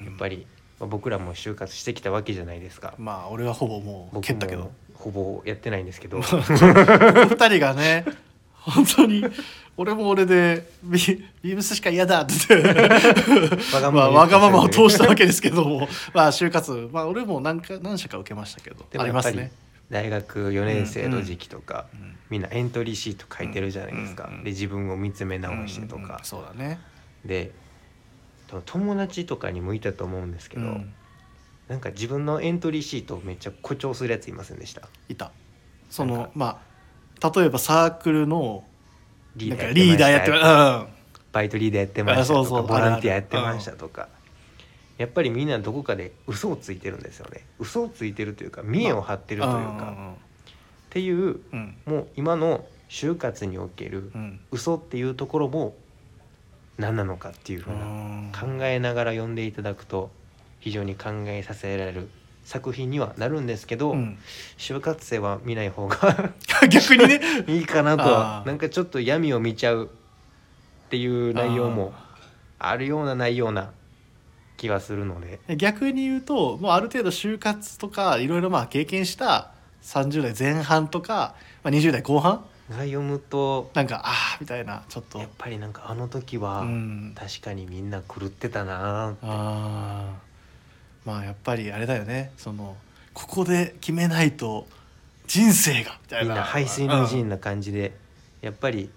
Speaker 3: ー
Speaker 1: やっぱり、まあ僕らも就活してきたわけじゃないですか
Speaker 3: うんまあ俺はほぼもう
Speaker 1: 僕
Speaker 3: 蹴ったけど
Speaker 1: もほぼやってないんです けど
Speaker 3: 二人がね 本当に俺も俺でビビームスしか嫌だって言って
Speaker 1: わ
Speaker 3: まあ、わがままを通
Speaker 1: し
Speaker 3: したわけですけど もまあ就活、まあ、俺も何か何社か受けましたけど
Speaker 1: て
Speaker 3: ありますね、
Speaker 1: 大学4年生の時期とか、
Speaker 3: うん
Speaker 1: みんなエントリーシート書いてるじゃないですか、
Speaker 3: うんうん
Speaker 1: で自分を見つめ直してとか、
Speaker 3: うんうんそうだね
Speaker 1: でと友達とかに向いたと思うんですけど、
Speaker 3: うん
Speaker 1: なんか自分のエントリーシートをめっちゃ誇張するやついませんでした
Speaker 3: いたそ
Speaker 1: なん
Speaker 3: の
Speaker 1: か
Speaker 3: まあ例えばサークルの
Speaker 1: リ
Speaker 3: な
Speaker 1: ー
Speaker 3: ん
Speaker 1: ダ
Speaker 3: か
Speaker 1: ー
Speaker 3: リーダーやって
Speaker 1: ま
Speaker 3: ま
Speaker 1: し
Speaker 3: したた
Speaker 1: バイトリーダーやってましたと
Speaker 3: あ
Speaker 1: か
Speaker 3: そうそう
Speaker 1: ボランティアやってましたとか、やっぱりみんなどこかで嘘をついてるんですよね嘘をついてるというか見栄を張って
Speaker 3: うん
Speaker 1: るというか、っていう
Speaker 3: うんうん
Speaker 1: もう今の就活における
Speaker 3: うん
Speaker 1: 嘘っていうところも何なのかっていうふうな
Speaker 3: うん
Speaker 1: 考えながら読んでいただくと非常に考えさせられる作品にはなるんですけど、
Speaker 3: うん
Speaker 1: 就活生は見ない方が
Speaker 3: 逆にね
Speaker 1: いいかなと
Speaker 3: あ
Speaker 1: は
Speaker 3: ー
Speaker 1: なんかちょっと闇を見ちゃうっていう内容もあるようなないような気はするので
Speaker 3: 逆に言うともうある程度就活とかいろいろまあ経験した30代前半とか、まあ、20代後半
Speaker 1: が読むと
Speaker 3: なんかああみたいなちょっと
Speaker 1: やっぱりなんかあの時は
Speaker 3: うん
Speaker 1: 確かにみんな狂ってたなー
Speaker 3: あーまあやっぱりあれだよねそのここで決めないと人生がみたい
Speaker 1: みん
Speaker 3: な
Speaker 1: な排水の陣な感じでやっぱり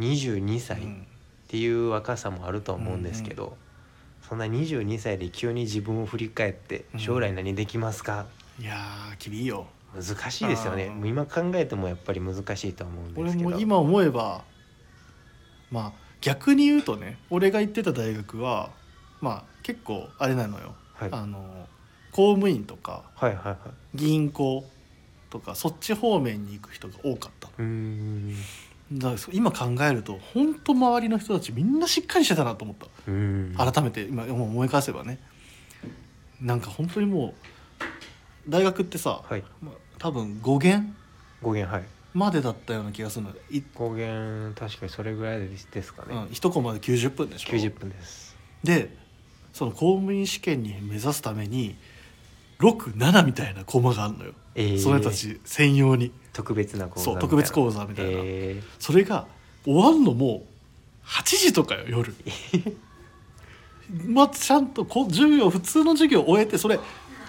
Speaker 1: 22
Speaker 3: う
Speaker 1: 歳っ
Speaker 3: ん
Speaker 1: ていう若さもあると思うんですけど、そんな22歳で急に自分を振り返って
Speaker 3: うん
Speaker 1: 将来何できますか、
Speaker 3: いやー厳いよ
Speaker 1: 難しいですよね
Speaker 3: あー
Speaker 1: もう今考えてもやっぱり難しいとは思うんで
Speaker 3: 俺
Speaker 1: すけど
Speaker 3: も今思えばまあ逆に言うとね俺が行ってた大学はまあ結構あれなのよ、
Speaker 1: はい、はい
Speaker 3: あの公務員とか
Speaker 1: はいはい
Speaker 3: 銀行とかそっち方面に行く人が多かった
Speaker 1: うーん
Speaker 3: のだからそう今考えると本当周りの人たちみんなしっかりしてたなと思った
Speaker 1: うーん
Speaker 3: 改めて今もう思い返せばねなんか本当にもう大学ってさ、
Speaker 1: はい
Speaker 3: まあ多分5限
Speaker 1: 語源はい
Speaker 3: までだったような気がするのい、
Speaker 1: 語源確かにそれぐらいですですかね、
Speaker 3: うん、1コマで90分でしょ
Speaker 1: 90分です
Speaker 3: でその公務員試験に目指すために67みたいなコマがあるのよ、
Speaker 1: えー
Speaker 3: その人たち専用に
Speaker 1: 特別な講座
Speaker 3: そう特別講
Speaker 1: 座
Speaker 3: 座み
Speaker 1: み
Speaker 3: た
Speaker 1: た
Speaker 3: い
Speaker 1: い
Speaker 3: な、
Speaker 1: なえ
Speaker 3: それが終わんのもう8時とかよ 夜まあちゃんとこ授業普通の授業終えてそれ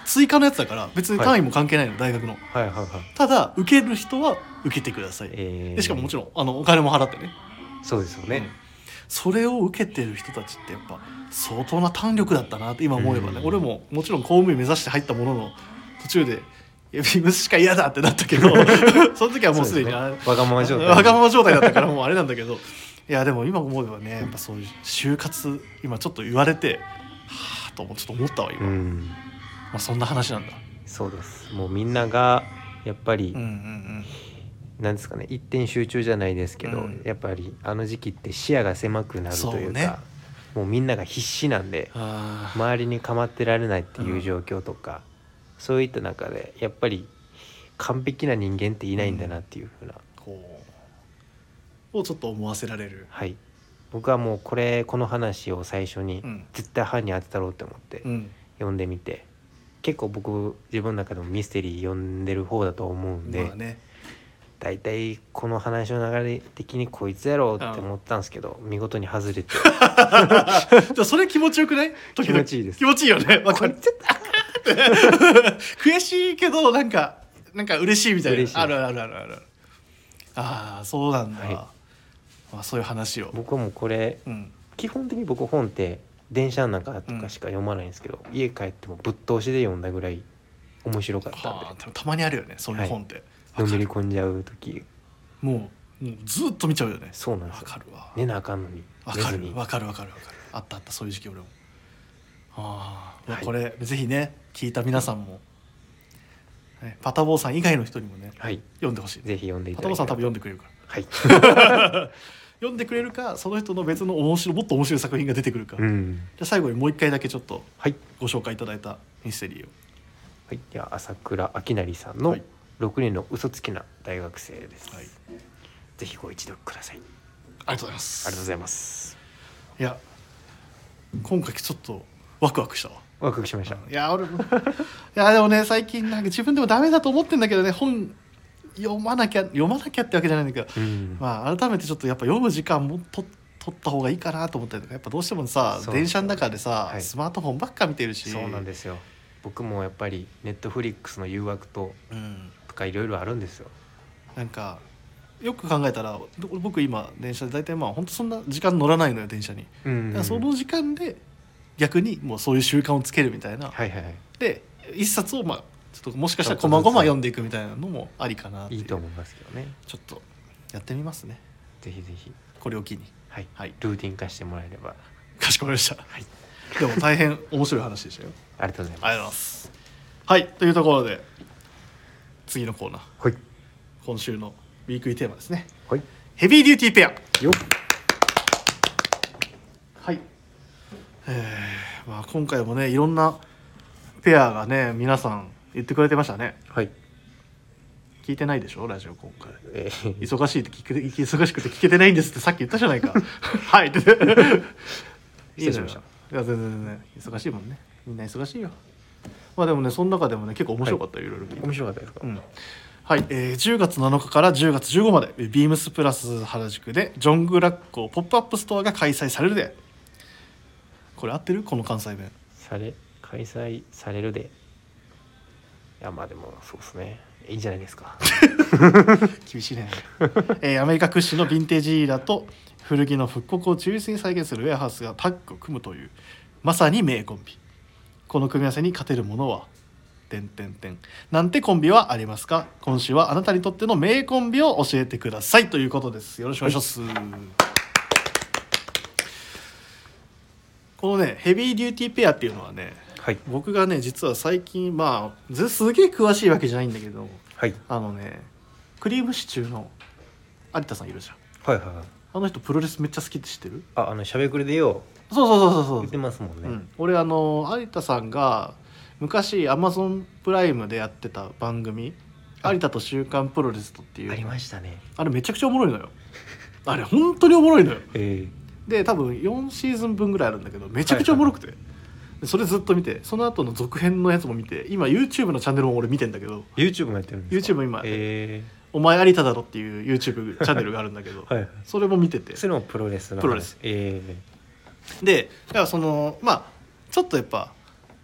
Speaker 3: 追加のやつだから別に単位も関係ないの、大学の
Speaker 1: ーはいはいはい
Speaker 3: ただ受ける人は受けてください、
Speaker 1: えー
Speaker 3: でしかももちろんあのお金も払ってね
Speaker 1: そうですよね、
Speaker 3: うんそれを受けてる人たちってやっぱ相当な胆力だったなって今思えばね、
Speaker 1: うん
Speaker 3: 俺ももちろん公務員目指して入ったものの途中で「いやビームスしか嫌だ」ってなった けどその時はもうすでに
Speaker 1: そ
Speaker 3: あ
Speaker 1: ですねわがまま状態
Speaker 3: わがまま状態だったからもうあれなんだけどいやでも今思えばねやっぱそういう就活今ちょっと言われてはあともちょっと思ったわ今、
Speaker 1: う
Speaker 3: ま
Speaker 1: ん
Speaker 3: あ、そんな話なんだ
Speaker 1: そうですもうみんながやっぱり、
Speaker 3: うんうんうん
Speaker 1: なんですかね一点集中じゃないですけど、
Speaker 3: うん
Speaker 1: やっぱりあの時期って視野が狭くなるとい
Speaker 3: そう
Speaker 1: うか
Speaker 3: ね
Speaker 1: もうみんなが必死なんで
Speaker 3: あー
Speaker 1: 周りに構ってられないっていう状況とか、そういった中でやっぱり完璧な人間っていないんだなっていうふうな、
Speaker 3: こうをちょっと思わせられる
Speaker 1: はい僕はもうこれこの話を最初に
Speaker 3: うん
Speaker 1: 絶対犯人当てたろうって思って
Speaker 3: うん
Speaker 1: 読んでみて結構僕自分の中でもミステリー読んでる方だと思うんで、
Speaker 3: まあね
Speaker 1: 大体この話の流れ的にこいつやろうって思ったんですけど、見事に 外れて
Speaker 3: じゃあそれ気持ちよくない時
Speaker 1: 気
Speaker 3: 々
Speaker 1: 持ちいいです
Speaker 3: 気持ちいいよ ねわかる悔しいけどなんかなんか嬉しいみたい
Speaker 1: 嬉しい
Speaker 3: なあるあるあるあるああそうなんだ、
Speaker 1: はい
Speaker 3: まあ、そういう話を、
Speaker 1: 僕はもうこれ
Speaker 3: うん、
Speaker 1: 基本的に僕本って電車の中とかしか読まないんですけど、家帰ってもぶっ通しで読んだぐらい面白かったんで
Speaker 3: はあでもたまにあるよねそういう本って、
Speaker 1: の
Speaker 3: わか
Speaker 1: めり
Speaker 3: る
Speaker 1: 込んじゃう時
Speaker 3: もうもうずっと見ちゃうよね
Speaker 1: そうなん
Speaker 3: わ
Speaker 1: ですよ
Speaker 3: かるわ
Speaker 1: 寝なあかんのに
Speaker 3: わ
Speaker 1: 寝
Speaker 3: か
Speaker 1: ず
Speaker 3: る
Speaker 1: に
Speaker 3: わかるわかるわかるあったあったそういう時期俺もああ、
Speaker 1: はい
Speaker 3: これぜひね聞いた皆さんも、ねパタボーさん以外の人にもね
Speaker 1: はい
Speaker 3: 読んでほしい
Speaker 1: ぜひ読んでい
Speaker 3: パ
Speaker 1: ただ
Speaker 3: タボー
Speaker 1: き
Speaker 3: さ
Speaker 1: た
Speaker 3: ん多分
Speaker 1: い
Speaker 3: 読んでくれるから
Speaker 1: はい
Speaker 3: 読んでくれるかその人の別の面白いもっと面白い作品が出てくるか、
Speaker 1: う
Speaker 3: じゃ
Speaker 1: ん
Speaker 3: あ最後にもう一回だけちょっと
Speaker 1: はい、
Speaker 3: ご紹介いただいたミステリーを
Speaker 1: はい、では朝倉明成さん
Speaker 3: は
Speaker 1: の
Speaker 3: い
Speaker 1: 6人の嘘つきな大学生です、
Speaker 3: はい
Speaker 1: ぜひご一読くださいあり
Speaker 3: ありがとうございます
Speaker 1: がとうございます
Speaker 3: いや今回ちょっとワクワクしたわ
Speaker 1: ワクワクしました
Speaker 3: いや俺もいやでもね最近なんか自分でもダメだと思ってんだけどね本読まなきゃ読まなきゃってわけじゃないんだけど、
Speaker 1: うん
Speaker 3: まあ改めてちょっとやっぱ読む時間もと取った方がいいかなと思ったりとかやっぱどうしてもさ
Speaker 1: そう
Speaker 3: 電車の中でさ、
Speaker 1: はい
Speaker 3: スマートフォンばっか見てるし
Speaker 1: そうなんですよ僕もやっぱりネットフリックスの誘惑と
Speaker 3: うん
Speaker 1: とかいろいろあるんですよ
Speaker 3: なんかよく考えたらど僕今電車で大体まあ本当そんな時間乗らないのよ電車に、
Speaker 1: うん
Speaker 3: だからその時間で逆にもうそういう習慣をつけるみたいな、
Speaker 1: はいはいはい
Speaker 3: で一冊をまあちょっともしかしたらこまごま読んでいくみたいなのもありかなってい
Speaker 1: いういと思いますけどね
Speaker 3: ちょっとやってみますね
Speaker 1: ぜひぜひ
Speaker 3: これを機に
Speaker 1: はい、
Speaker 3: はい
Speaker 1: ルーティン化してもらえれば
Speaker 3: かしこまりました、
Speaker 1: はい
Speaker 3: でも大変面白い話でしたよ
Speaker 1: ありがとうござい
Speaker 3: あ
Speaker 1: ま
Speaker 3: りがとうございますはいというところで次のコーナー
Speaker 1: すはい
Speaker 3: 今週のウィークリーテーマですね
Speaker 1: はい
Speaker 3: ヘビーデューティーペア
Speaker 1: よっ
Speaker 3: はい、えーまあ、今回もねいろんなペアがね皆さん言ってくれてましたね
Speaker 1: はい
Speaker 3: 聞いてないでしょラジオ今回
Speaker 1: えー、
Speaker 3: 忙しいって聞け忙しくて聞けてないんですってさっき言ったじ ゃないかはいって
Speaker 1: 失礼しました
Speaker 3: いや全然全然忙しいもんねみんな忙しいよまあでもねその中でもね結構面白かったよ、いろいろ聞いて
Speaker 1: 面白かったですか、
Speaker 3: うんはい、えー10月7日から10月15までえービームスプラス原宿でジョングラッコポップアップストアが開催されるでこれ合ってるこの関西弁
Speaker 1: され開催されるでいやまあでもそうですねいいんじゃないですか
Speaker 3: 厳しいね、 えーアメリカ屈指のヴィンテージイラーと古着の復刻を忠実に再現するウェアハウスがタッグを組むというまさに名コンビこの組み合わせに勝てるものは点点点なんてコンビはありますか今週はあなたにとっての名コンビを教えてくださいということですよろしくお願いします、このねヘビーデューティーペアっていうのはね
Speaker 1: はい
Speaker 3: 僕がね実は最近まあずすげえ詳しいわけじゃないんだけど
Speaker 1: はい
Speaker 3: あのねクリームシチューの有田さんいるじゃん
Speaker 1: はいはいはい
Speaker 3: あの人プロレスめっちゃ好きって知ってる
Speaker 1: ああのしゃべくりでよ
Speaker 3: そうそうそうそう
Speaker 1: 言っ
Speaker 3: そ
Speaker 1: て
Speaker 3: う、
Speaker 1: ますもんね、
Speaker 3: うん、俺あの有田さんが昔アマゾンプライムでやってた番組「
Speaker 1: あ
Speaker 3: 有田と週刊プロレスと」っていう
Speaker 1: ありましたね
Speaker 3: あれめちゃくちゃおもろいのよあれ本当におもろいのよ
Speaker 1: え
Speaker 3: で多分4シーズン分ぐらいあるんだけどめちゃくちゃおもろくて、でそれずっと見てその後の続編のやつも見て今 YouTube のチャンネルも俺見てんだけど
Speaker 1: え YouTube もやってるんですか
Speaker 3: YouTube 今
Speaker 1: え
Speaker 3: 「お前有田だろ」っていう YouTube チャンネルがあるんだけど、
Speaker 1: えはいはい
Speaker 3: それも見てて
Speaker 1: それもプロレスの話
Speaker 3: プロレス
Speaker 1: ええ
Speaker 3: でだからそのまあちょっとやっぱ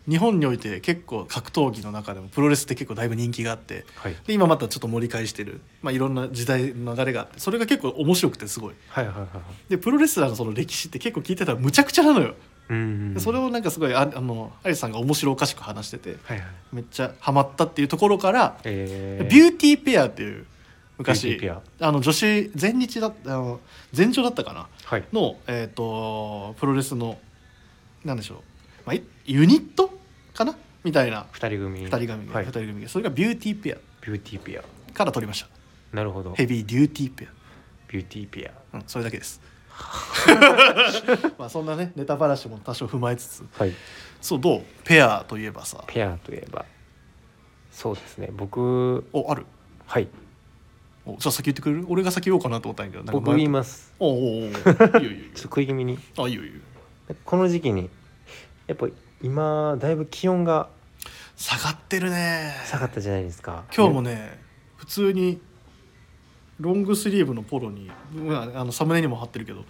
Speaker 3: 日本において結構格闘技の中でもプロレスって結構だいぶ人気があって
Speaker 1: はい
Speaker 3: で今またちょっと盛り返してる、まあ、いろんな時代の流れがあってそれが結構面白くてすごい
Speaker 1: はいはいはいはい
Speaker 3: でプロレスラーのその歴史って結構聞いてたらむちゃくちゃなの
Speaker 1: う
Speaker 3: よ、
Speaker 1: ん
Speaker 3: でそれをなんかすごいああのアリスさんが面白おかしく話してて
Speaker 1: はいはい
Speaker 3: めっちゃハマったっていうところから、
Speaker 1: ええ
Speaker 3: ビューティーペアっていう昔
Speaker 1: ビューティー
Speaker 3: あの女子全日だあの全女だったかな
Speaker 1: はい
Speaker 3: の、えー、とプロレスのなんでしょう、まあ、いユニットかなみたいな
Speaker 1: 二人組
Speaker 3: 2人組が、
Speaker 1: はい
Speaker 3: 二人組がそれがビューティーペ
Speaker 1: ビューティーピア
Speaker 3: アから取りました
Speaker 1: なるほど
Speaker 3: ヘビーデューティーペ
Speaker 1: ビューティーピア
Speaker 3: ア、うん、それだけです まあそんなねネタ話も多少踏まえつつ
Speaker 1: はい
Speaker 3: そうどうペアといえばさ
Speaker 1: ペアといえばそうですね僕
Speaker 3: おある
Speaker 1: はい
Speaker 3: おじゃあ先言ってくれる俺が先言おうかなと思ったんやけどなんか
Speaker 1: 僕言い
Speaker 3: 迷った
Speaker 1: ます
Speaker 3: おうおうおういいよいいよいいよ
Speaker 1: ちょっと食い気味に
Speaker 3: あいいよいいよ
Speaker 1: この時期にやっぱ今だいぶ気温が
Speaker 3: 下がってるね
Speaker 1: 下がったじゃないですか
Speaker 3: 今日もね普通にロングスリーブのポロにうんああのサムネにも貼ってるけど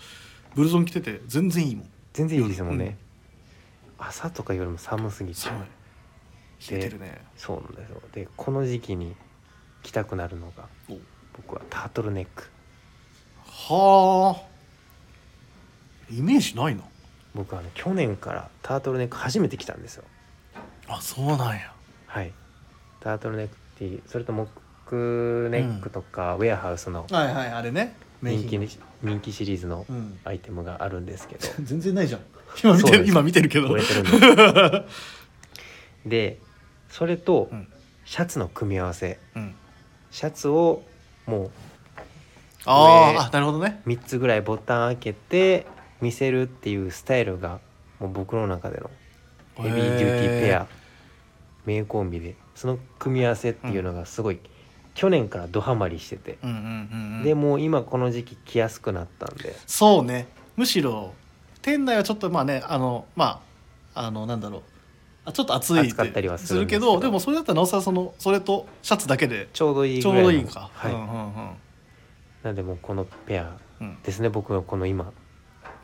Speaker 3: ブルゾン着てて全然いいもん
Speaker 1: 全然いいですもんね、朝とか夜も寒すぎて
Speaker 3: 寒い冷えてるね
Speaker 1: そうなんですよでこの時期に着たくなるのが
Speaker 3: お
Speaker 1: 僕はタートルネック
Speaker 3: はあイメージないな
Speaker 1: 僕はあの去年からタートルネック初めて着たんですよ
Speaker 3: あそうなんや
Speaker 1: はいタートルネックっていうそれとモックネックとかウェアハウスの
Speaker 3: はいはいあれね
Speaker 1: 人気,、人気シリーズの
Speaker 3: うん、
Speaker 1: アイテムがあるんですけど
Speaker 3: 全然ないじゃん今見
Speaker 1: そう
Speaker 3: て
Speaker 1: で
Speaker 3: る
Speaker 1: す
Speaker 3: 今見てるけど
Speaker 1: 超えてるんですでそれと
Speaker 3: うん
Speaker 1: シャツの組み合わせ
Speaker 3: うん、
Speaker 1: シャツをも
Speaker 3: あ
Speaker 1: 上
Speaker 3: ーあなるほどね
Speaker 1: う3つぐらいボタン開けて見せるっていうスタイルがもう僕の中でのヘビーデューティーペア名コンビでその組み合わせっていうのがすごい去年からドハマりしてて
Speaker 3: へー、うんうんうんうん、
Speaker 1: でもう今この時期着やすくなったんで
Speaker 3: そうねむしろ店内はちょっとまあねあのまああのなんだろうあちょっと暑い
Speaker 1: 暑かったりはす
Speaker 3: す
Speaker 1: る
Speaker 3: る
Speaker 1: んですけ
Speaker 3: け
Speaker 1: ど
Speaker 3: どでもそれだったらなおさらそのそれとシャツだけで
Speaker 1: ちょうどいい
Speaker 3: ち
Speaker 1: ぐら
Speaker 3: ょう
Speaker 1: いの
Speaker 3: どいいんか、
Speaker 1: はい、
Speaker 3: うんうんうん
Speaker 1: なんでもうこのペア
Speaker 3: うん
Speaker 1: ですね僕のこの今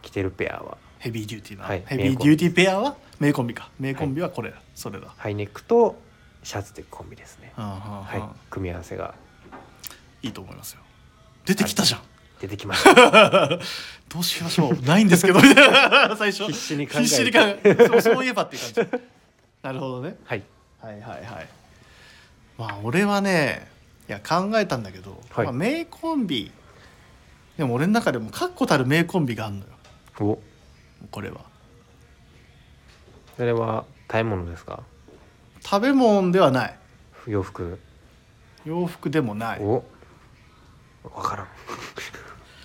Speaker 1: 着てるペアは
Speaker 3: ヘビーデューティーな、
Speaker 1: はい
Speaker 3: ヘビーデューティーペアは名コンビか名コンビはこれ、それだ、
Speaker 1: ハイネックとシャツでコンビですね
Speaker 3: うんうんうん
Speaker 1: はい組み合わせが
Speaker 3: い、いと思いますよ出てきたじゃん、
Speaker 1: 出てきました
Speaker 3: どうしましょうないんです けどみたいな最初
Speaker 1: 必死に考えて
Speaker 3: 必死に考えそうそういえばっていう感じなるほどね
Speaker 1: はい
Speaker 3: はいはいはいまあ俺はねいや考えたんだけど、
Speaker 1: はい
Speaker 3: まあ、名コンビでも俺の中でも確固たる名コンビがあるのよ
Speaker 1: お
Speaker 3: これは
Speaker 1: それは買い物ですか
Speaker 3: 食べ物ではない
Speaker 1: 洋服
Speaker 3: 洋服でもない
Speaker 1: おわからん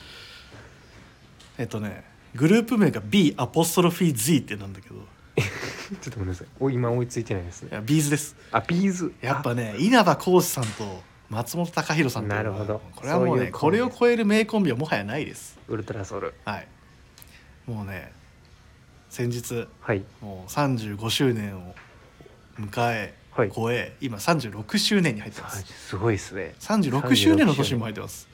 Speaker 3: えっとねグループ名が B アポストロフィー Z ってなんだけどい
Speaker 1: ちょっとごめんなさいお今追いついてないですね
Speaker 3: やビーズです
Speaker 1: あビーズ
Speaker 3: やっぱね稲葉浩志さんと松本隆弘さんというのは
Speaker 1: なるほど
Speaker 3: これはもう
Speaker 1: そう
Speaker 3: ね
Speaker 1: いうコ
Speaker 3: こ
Speaker 1: ンビ
Speaker 3: れを超える名コンビはもはやないです
Speaker 1: ウルトラソウル
Speaker 3: はいもうね先日
Speaker 1: はい
Speaker 3: もう35周年を迎え、
Speaker 1: はい
Speaker 3: 超え今36周年に入ってま
Speaker 1: はい
Speaker 3: す
Speaker 1: すごいですね
Speaker 3: 36周年の年にも入ってます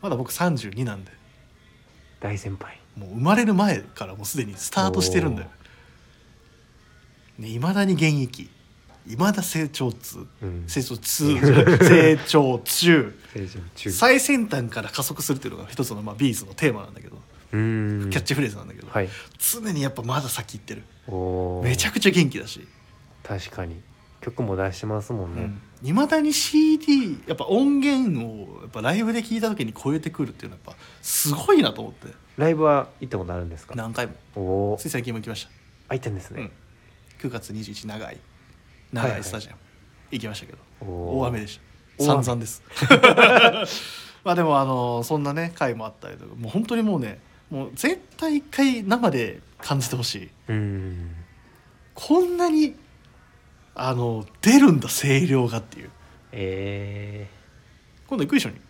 Speaker 3: まだ僕32なんで
Speaker 1: 大先輩
Speaker 3: もう生まれる前からもうすでにスタートしてるんだよいま、未だに現役いまだ成長痛
Speaker 1: うん
Speaker 3: 成長痛じゃない成長中
Speaker 1: 成長中
Speaker 3: 最先端から加速するっていうのが一つのまあビーズのテーマなんだけど
Speaker 1: うーん
Speaker 3: キャッチフレーズなんだけど、
Speaker 1: はい
Speaker 3: 常にやっぱまだ先行ってる
Speaker 1: おー
Speaker 3: めちゃくちゃ元気だし
Speaker 1: 確かに曲も出してますもんね、
Speaker 3: いま、未だに CD やっぱ音源をやっぱライブで聴いた時に超えてくるっていうのはやっぱすごいなと思って
Speaker 1: ライブは行ったことあるんですか
Speaker 3: 何回も
Speaker 1: おお
Speaker 3: つい最近も行きました
Speaker 1: あ行ったんです
Speaker 3: うん
Speaker 1: ね、、
Speaker 3: 9月21日長い
Speaker 1: はい
Speaker 3: 長いスタジアム、行きましたけど
Speaker 1: お
Speaker 3: 大雨でし
Speaker 1: 大
Speaker 3: た
Speaker 1: 雨
Speaker 3: 散々です まあでもあのそんなね回もあったりとかもう本当にもうねもう絶対一回生で感じてほしいう
Speaker 1: ーん
Speaker 3: こんなにあの出るんだ声量がっていう
Speaker 1: え
Speaker 3: 今度行く一緒に
Speaker 1: ー、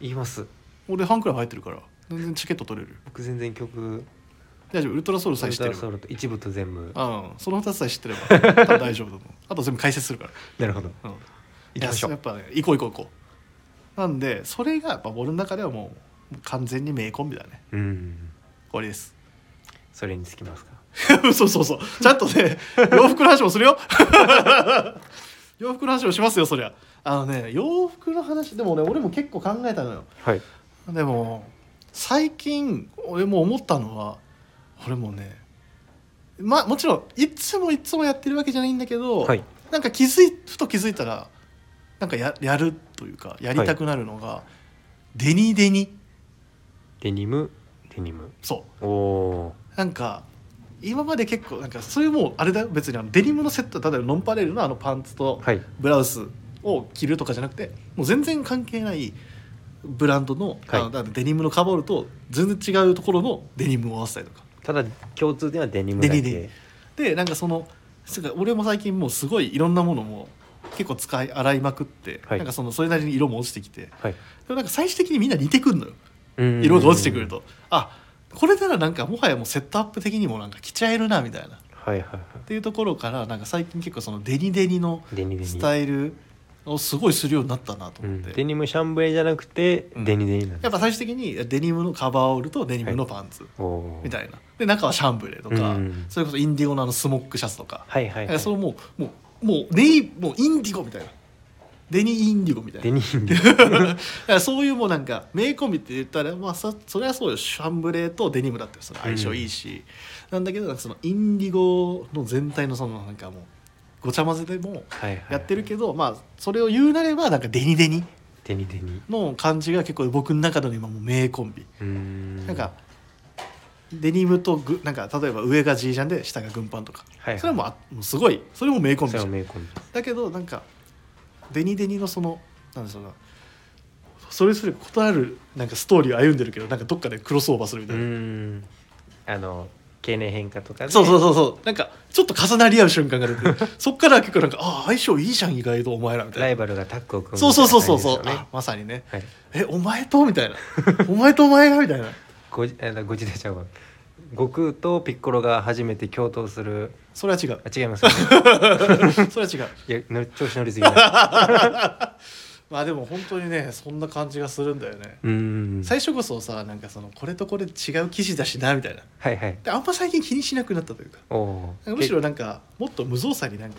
Speaker 1: 言います
Speaker 3: 俺ファンクラブ入ってるから全然チケット取れる
Speaker 1: 僕全然曲
Speaker 3: 大丈夫ウルトラソウルさえ知ってれば
Speaker 1: ソロと一部と全部
Speaker 3: うんその2つさえ知ってれば多分大丈夫だと思うあと全部解説するか
Speaker 1: なるほど
Speaker 3: らうん
Speaker 1: 行きましょ
Speaker 3: や
Speaker 1: う
Speaker 3: っぱね行こう行こう行こうなんでそれがやっぱ俺の中ではもうもう完全に名コンビだね
Speaker 1: うん
Speaker 3: 終わりです
Speaker 1: それにつきますか
Speaker 3: そうそうそうちゃんと ね洋服の話もするよ 洋服の話もしますよそりゃあのね洋服の話でもね俺も結構考えたのよ
Speaker 1: はい
Speaker 3: でも最近俺も思ったのは俺もねまあもちろんいつもいつもやってるわけじゃないんだけど、
Speaker 1: はい
Speaker 3: なんか気づいふと気づいたらなんかややるというかやりたくなるのが、デニデニ
Speaker 1: デニムデニム
Speaker 3: そ
Speaker 1: おお
Speaker 3: うなんか今まで結構なんかそういうもうあれだよ別にあのデニムのセット例えばノンパレルのあのパンツと
Speaker 1: はい
Speaker 3: ブラウスを着るとかじゃなくてもう全然関係ないブランドの,あの、
Speaker 1: はい
Speaker 3: だからデニムのカバールと全然違うところのデニムを合わせたりとか
Speaker 1: ただ共通点はデニムだ
Speaker 3: デニデ
Speaker 1: け
Speaker 3: ニでなんかそのつうか俺も最近もうすごいいろんなものも結構使い洗いまくって、
Speaker 1: はい
Speaker 3: なんかそのそれなりに色も落ちてきてで
Speaker 1: はい
Speaker 3: もなんか最終的にみんな似てくんのよ
Speaker 1: うん
Speaker 3: 色が落ちてくるとあこれならなんかもはやもうセットアップ的にもなんか着ちゃえるなみたいなっ
Speaker 1: はいはいは
Speaker 3: ていうところからなんか最近結構そのデニデニの
Speaker 1: いデニデニ
Speaker 3: スタイルをすごいするようになったなと
Speaker 1: う
Speaker 3: 思っ
Speaker 1: ん
Speaker 3: て、
Speaker 1: デニムシャンブレじゃなくて
Speaker 3: うん
Speaker 1: デニデニなん
Speaker 3: や
Speaker 1: で
Speaker 3: っぱ最終的にデニムのカバーオールとデニムのパンツ
Speaker 1: すお
Speaker 3: み
Speaker 1: い
Speaker 3: たいなで中はシャンブレとか、
Speaker 1: うん
Speaker 3: それこそインディゴのあのスモックシャツとか、
Speaker 1: はいはいは
Speaker 3: なんかその
Speaker 1: い
Speaker 3: もうもうもうネイもうインディゴみたいなデニインディゴみたい
Speaker 1: デ
Speaker 3: な
Speaker 1: ニ デニ
Speaker 3: だからそういうもうなんか名コンビって言ったらまあそそれはそうよシャンブレーとデニムだってそれ相性いいし、なんだけどなんかそのインディゴの全体のそのなんかもうごちゃ混ぜでも
Speaker 1: はいはい
Speaker 3: やってるけど、まあそれを言うなればなんかデニデニ
Speaker 1: デニデニ
Speaker 3: の感じが結構僕の中での今もう名コンビ。
Speaker 1: うーん
Speaker 3: なんかデニムとグなんか例えば上が G ジャンで下が軍パンとか、
Speaker 1: はいはい
Speaker 3: それもあもうすごいそれも名コン
Speaker 1: そ
Speaker 3: ビ
Speaker 1: れ
Speaker 3: じ
Speaker 1: は
Speaker 3: ゃん
Speaker 1: 名コンビ
Speaker 3: だけどなんかデニデニのそのなんでそのそれぞれ異なるなんかストーリーを歩んでるけどなんかどっかでクロスオーバーするみ
Speaker 1: う
Speaker 3: たいな、
Speaker 1: ーんあの経年変化とかで
Speaker 3: そうそうそうそうなんかちょっと重なり合う瞬間が出て そっからは結構なんかああ相性いいじゃん意外とお前らみた
Speaker 1: ラ
Speaker 3: い
Speaker 1: イ
Speaker 3: な
Speaker 1: バルがタッグを組む
Speaker 3: そうそうそうそうそう、
Speaker 1: みたいな
Speaker 3: あまさにね
Speaker 1: 感じですよね
Speaker 3: えお前とみたいなお前とお前がみたいな
Speaker 1: はいごじあのご時代ちゃうわ悟空とピッコロが初めて共闘する
Speaker 3: それは違 う
Speaker 1: あ違いますよね
Speaker 3: それは違
Speaker 1: い
Speaker 3: う
Speaker 1: やの調子乗りすぎな い
Speaker 3: まあでも本当にねそんな感じがするんだよね、
Speaker 1: うーん
Speaker 3: 最初こそさなんかそのこれとこれ違う記事だしなみたいな
Speaker 1: はいはい
Speaker 3: であんま最近気にしなくなったというか
Speaker 1: おおー
Speaker 3: むしろなんかもっと無造作になんか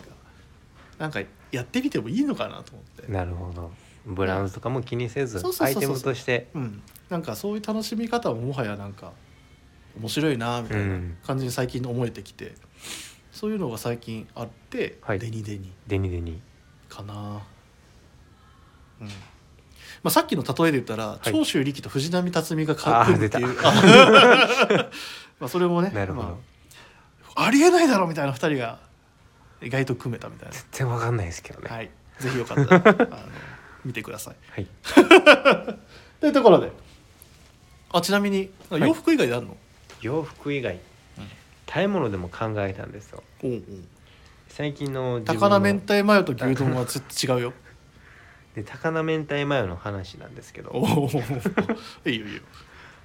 Speaker 3: なんかやってみてもいいのかなと思って、
Speaker 1: なるほどブラウンとかも気にせず
Speaker 3: そうそう
Speaker 1: ア
Speaker 3: そう
Speaker 1: イ
Speaker 3: そう
Speaker 1: テムとして
Speaker 3: うん、なんかそういう楽しみ方ももはやなんか面白いなみたいな感じに最近思えてきて、そういうのが最近あって、
Speaker 1: はい
Speaker 3: デニデニ
Speaker 1: デニデニ
Speaker 3: かな、うんまあ、さっきの例えで言ったら、
Speaker 1: い
Speaker 3: 長州力と藤波辰巳がかっこいいっていうあ まあそれもね
Speaker 1: なるほど、
Speaker 3: まあ、ありえないだろみたいな2人が意外と組めたみたい
Speaker 1: 全然わかんないですけどね
Speaker 3: な、
Speaker 1: はい、
Speaker 3: はい、ぜひよかったら あの見てください。というところであちなみにあ
Speaker 1: はい
Speaker 3: 洋服以外であるの、
Speaker 1: 洋服以外食べ物でも考えたんですよ
Speaker 3: おうおう
Speaker 1: 最近の自分の
Speaker 3: 高菜明太マヨと牛丼はちょっと違うよ。
Speaker 1: で高菜明太マヨの話なんですけ
Speaker 3: お
Speaker 1: ど
Speaker 3: お いいよいいよ。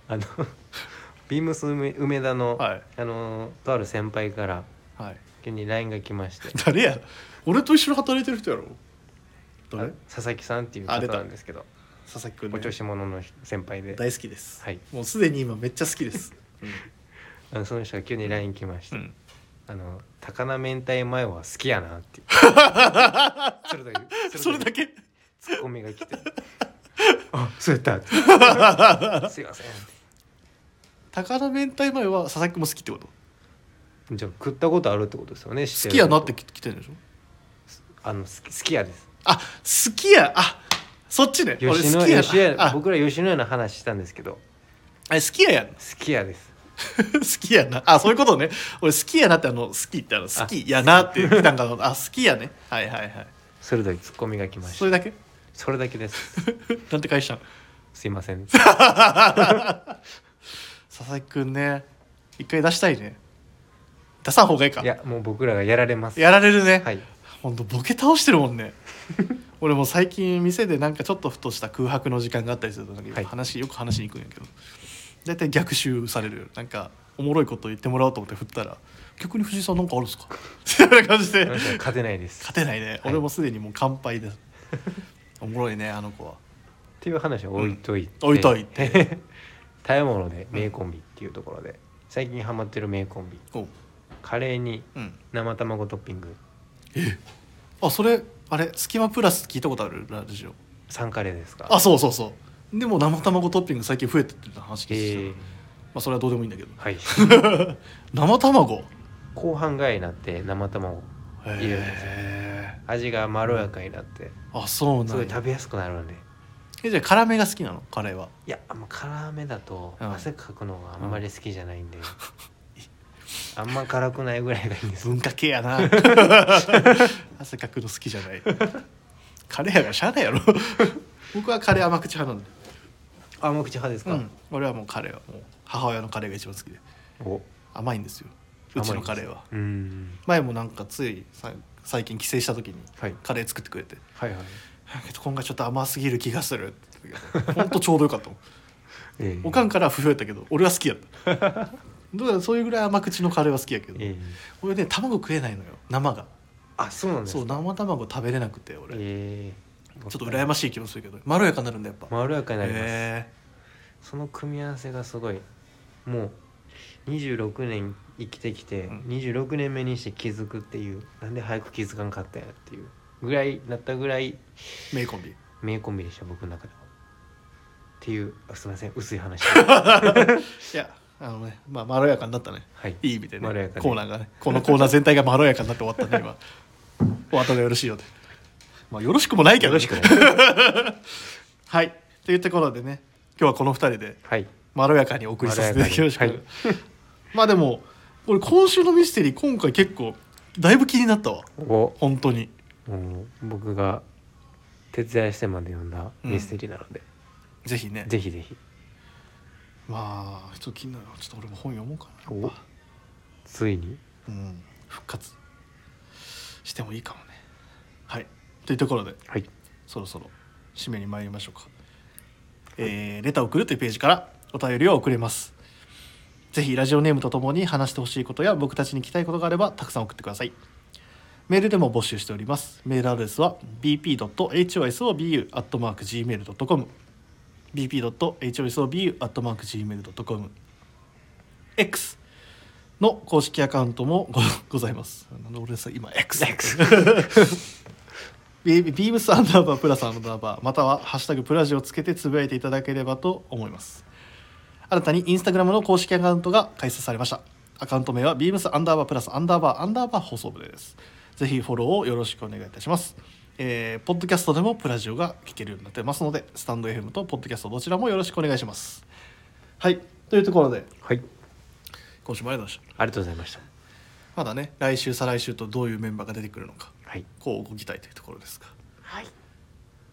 Speaker 1: あの ビームス梅梅田の、
Speaker 3: はい
Speaker 1: あのとある先輩から
Speaker 3: はい、
Speaker 1: 急に LINE が来ま して
Speaker 3: 誰や俺と一緒に働いてる人やろ
Speaker 1: あ
Speaker 3: 誰
Speaker 1: 佐々木さんっていう
Speaker 3: あ
Speaker 1: 方
Speaker 3: 出た
Speaker 1: なんですけど
Speaker 3: 佐々木くん、
Speaker 1: お
Speaker 3: ね、
Speaker 1: 調子者の先輩で
Speaker 3: 大好きです、
Speaker 1: はい
Speaker 3: もうすでに今めっちゃ好きです、
Speaker 1: あのその人が急に LINE 来まして、
Speaker 3: うん
Speaker 1: あの高菜明太マヨは好きやな っていうそれだけ
Speaker 3: それだけ
Speaker 1: ツッコミが 来てあそうやったってすいません
Speaker 3: 高菜明太マヨは佐々木も好きってこと
Speaker 1: じゃあ食ったことあるってことですよね知
Speaker 3: 好
Speaker 1: る
Speaker 3: きやなってき来てるんでしょ
Speaker 1: あの好き好きやです
Speaker 3: あ好きやあそっちね俺
Speaker 1: 吉
Speaker 3: 好
Speaker 1: 野
Speaker 3: きや
Speaker 1: 家吉野
Speaker 3: な
Speaker 1: 家
Speaker 3: あ
Speaker 1: 僕ら吉野家の話したんですけど
Speaker 3: あれ好きややん 好
Speaker 1: 好きやです
Speaker 3: きやなあそういうことね俺好きやなってあの好きってあの好きやなって来たんかなあ好きやねはいはいはい
Speaker 1: 鋭いツッコミが来まし
Speaker 3: そ
Speaker 1: た
Speaker 3: れだけ
Speaker 1: それだけです
Speaker 3: なんて返したん
Speaker 1: すいません
Speaker 3: 佐々木くんね一回出したいね出さん方がいいか
Speaker 1: いやもう僕らがやられます
Speaker 3: やられるね、
Speaker 1: はい
Speaker 3: ほんとボケ倒してるもんね 俺も最近店でなんかちょっとふとした空白の時間があったりするとなん
Speaker 1: は
Speaker 3: か
Speaker 1: い
Speaker 3: 話、よく話しに行くんやけど大体逆襲されるよなんかおもろいこと言ってもらおうと思って振ったら「逆に藤井さんなんかあるんすか?」みたいな感じで
Speaker 1: あなたは勝てないですっ
Speaker 3: 勝てないね
Speaker 1: はい
Speaker 3: 俺もすでにもう完敗ですおもろいねあの子は
Speaker 1: ていう話は置いといて、
Speaker 3: うん置いとい
Speaker 1: て 食べ物で名コンビっていうところで最近ハマってる名コンビ
Speaker 3: おう
Speaker 1: カレーに
Speaker 3: うん
Speaker 1: 生卵トッピング
Speaker 3: あそれあれ「スキマプラス」聞いたことあるラジオ
Speaker 1: サンカレーですか
Speaker 3: あそうそうそうでも生卵トッピング最近増えてっていう話聞いてた、
Speaker 1: えー
Speaker 3: まあそれはどうでもいいんだけど
Speaker 1: はい
Speaker 3: 生卵
Speaker 1: 後半がいになって生卵いいよね
Speaker 3: へ
Speaker 1: 味がまろやかになって
Speaker 3: ーあそうな
Speaker 1: すご
Speaker 3: ん
Speaker 1: い
Speaker 3: や
Speaker 1: 食べやすくなるんで
Speaker 3: えじゃあ辛めが好きなのカレーはい
Speaker 1: やあんま辛めだと
Speaker 3: うん
Speaker 1: 汗かくのがあんまり好きじゃないんで、あんま辛くないぐらいがいいん です
Speaker 3: 文化系やな汗かくの好きじゃないカレーやからしゃあないやろ僕はカレー甘口派なんで、
Speaker 1: 甘口派ですか、
Speaker 3: うん、俺はもうカレーはもう母親のカレーが一番好きで
Speaker 1: お
Speaker 3: 甘いんですようちのカレーは
Speaker 1: うーん
Speaker 3: 前もなんかついさ最近帰省した時に
Speaker 1: はい
Speaker 3: カレー作ってくれて
Speaker 1: はいはい
Speaker 3: なんか今回ちょっと甘すぎる気がするって言うけどほんとちょうどよかったもん
Speaker 1: ええ
Speaker 3: おかんから不評やったけど俺は好きやっただからそういうぐらい甘口のカレーは好きやけど、
Speaker 1: ええ
Speaker 3: 俺ね卵食えないのよ生が
Speaker 1: あそうなんです
Speaker 3: そう生卵食べれなくて俺、
Speaker 1: ええ
Speaker 3: ちょっと羨ま
Speaker 1: しい
Speaker 3: しい気もするけどまろやかになるんだやっぱ、
Speaker 1: まろやかになります、
Speaker 3: へ
Speaker 1: その組み合わせがすごいもう26年生きてきて、
Speaker 3: うん
Speaker 1: 26年目にして気づくっていうなんで早く気づかんかったんやっていうぐらいなったぐらい
Speaker 3: え名コンビ
Speaker 1: 名コンビでした僕の中ではっていうあすみません薄い 話
Speaker 3: いやあのねまあまろやかになったね
Speaker 1: はい
Speaker 3: いい意味でね
Speaker 1: まろやかに
Speaker 3: コーナーがねこのコーナー全体がまろやかになって終わったね 今お後がよろしいようでまあよろしくもないけど、ね、
Speaker 1: よろ
Speaker 3: はいというところでね今日はこの二人で
Speaker 1: はい
Speaker 3: まろやかにお送りさせていただきました
Speaker 1: まろやか
Speaker 3: まあでも俺今週のミステリー今回結構だいぶ気になったわ
Speaker 1: お
Speaker 3: 本当に
Speaker 1: もう僕が徹夜してまで読んだミステリーなので、
Speaker 3: ぜひね
Speaker 1: ぜひぜひ
Speaker 3: まあちょっと気になるちょっと俺も本読もうかなやっぱ
Speaker 1: ついに
Speaker 3: うん復活してもいいかもねはいというところで
Speaker 1: はい
Speaker 3: そろそろ締めに参りましょうか、えーレターを送るというページからお便りを送れますぜひラジオネームとともに話してほしいことや僕たちに聞きたいことがあればたくさん送ってくださいメールでも募集しておりますメールアドレスは bp.hosobu.gmail.com bp.hosobu.gmail.com X の公式アカウントもごございますなんで俺さ今 X
Speaker 1: X
Speaker 3: ビビームスアンダーバープラスアンダーバーまたは「ハッシュタグプラジ」をつけてつぶやいていただければと思います新たにインスタグラムの公式アカウントが開設されましたアカウント名はビームスアンダーバープラスアンダーバーアンダーバー放送部ですぜひフォローをよろしくお願いいたしますえーポッドキャストでもプラジオが聞けるようになってますのでスタンド FM とポッドキャストどちらもよろしくお願いしますはいというところで
Speaker 1: はい
Speaker 3: 今週もありがとうございまし
Speaker 1: ありがとうございました
Speaker 3: たまだね来週再来週とどういうメンバーが出てくるのか
Speaker 1: はい
Speaker 3: こうご期待というところですが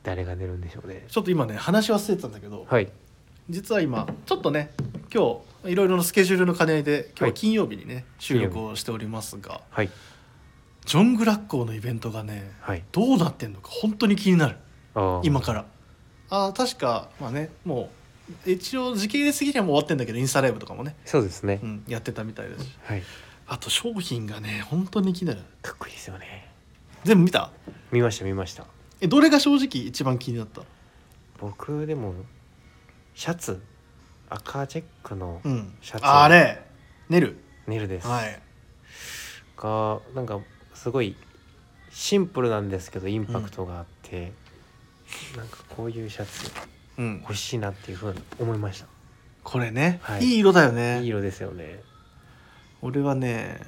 Speaker 1: 誰が出るんでしょうね
Speaker 3: ちょっと今ね話し忘れてたんだけど、
Speaker 1: はい
Speaker 3: 実は今ちょっとね今日いろいろなスケジュールの兼ね合いで今日
Speaker 1: は
Speaker 3: はい金曜日にね、収録をしておりますが
Speaker 1: はい
Speaker 3: ジョン・グラッコーのイベントがね
Speaker 1: はい
Speaker 3: どうなってんのか本当に気になる
Speaker 1: あー
Speaker 3: 今からあー確かまあねもう一応時系列的にはもう終わってんだけどインスタライブとかもね、
Speaker 1: そうですね、
Speaker 3: うん、やってたみたいだし
Speaker 1: はい
Speaker 3: あと商品がね本当に気になる
Speaker 1: かっこいいですよね
Speaker 3: 全部見た
Speaker 1: 見ました見ました
Speaker 3: えどれが正直一番気になった
Speaker 1: 僕でもシャツ赤チェックの
Speaker 3: うん
Speaker 1: シャツ
Speaker 3: あれネル
Speaker 1: ネルです、
Speaker 3: はい
Speaker 1: がなんかすごいシンプルなんですけどインパクトがあって、なんかこういうシャツ
Speaker 3: うん
Speaker 1: 欲しいなっていうふうに思いました
Speaker 3: ここれね、
Speaker 1: はい
Speaker 3: い、い色だよね
Speaker 1: いい色ですよね
Speaker 3: 俺はね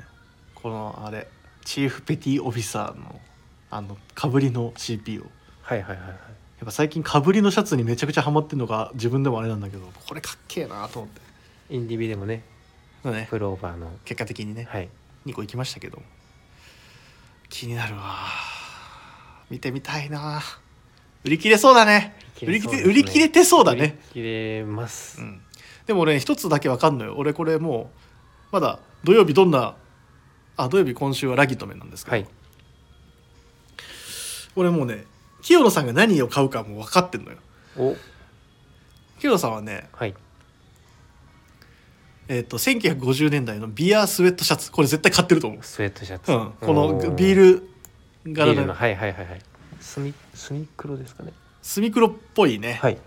Speaker 3: このあれチーフペティオフィサーのあのかぶりの CP を
Speaker 1: はいはいはいはい
Speaker 3: やっぱ最近かぶりのシャツにめちゃくちゃハマってるのが自分でもあれなんだけどこれかっけえなと思って
Speaker 1: インディビでもね
Speaker 3: だね
Speaker 1: プローバーの
Speaker 3: 結果的にね、
Speaker 1: はい
Speaker 3: 2個行きましたけど気になるわ見てみたいな売り切れそうだね売り切れ売り切れてそうだね、
Speaker 1: 売り切れま
Speaker 3: う
Speaker 1: す、
Speaker 3: ん、でも俺一つだけわかんのよ俺これもうまだ土曜日どんなあ土曜日今週はラギトメなんですけど、
Speaker 1: はい
Speaker 3: 俺もうね清野さんが何を買うかもう分かってんのよ
Speaker 1: お
Speaker 3: 清野さんはね
Speaker 1: はい
Speaker 3: えっ、と1950年代のビアスウェットシャツこれ絶対買ってると思う、
Speaker 1: スウェットシャツ、
Speaker 3: うん、このビ
Speaker 1: ル
Speaker 3: ール
Speaker 1: 柄
Speaker 3: 柄
Speaker 1: の
Speaker 3: の
Speaker 1: はいはいはいはいスミスミクロですかね
Speaker 3: 墨黒っぽいね、
Speaker 1: はい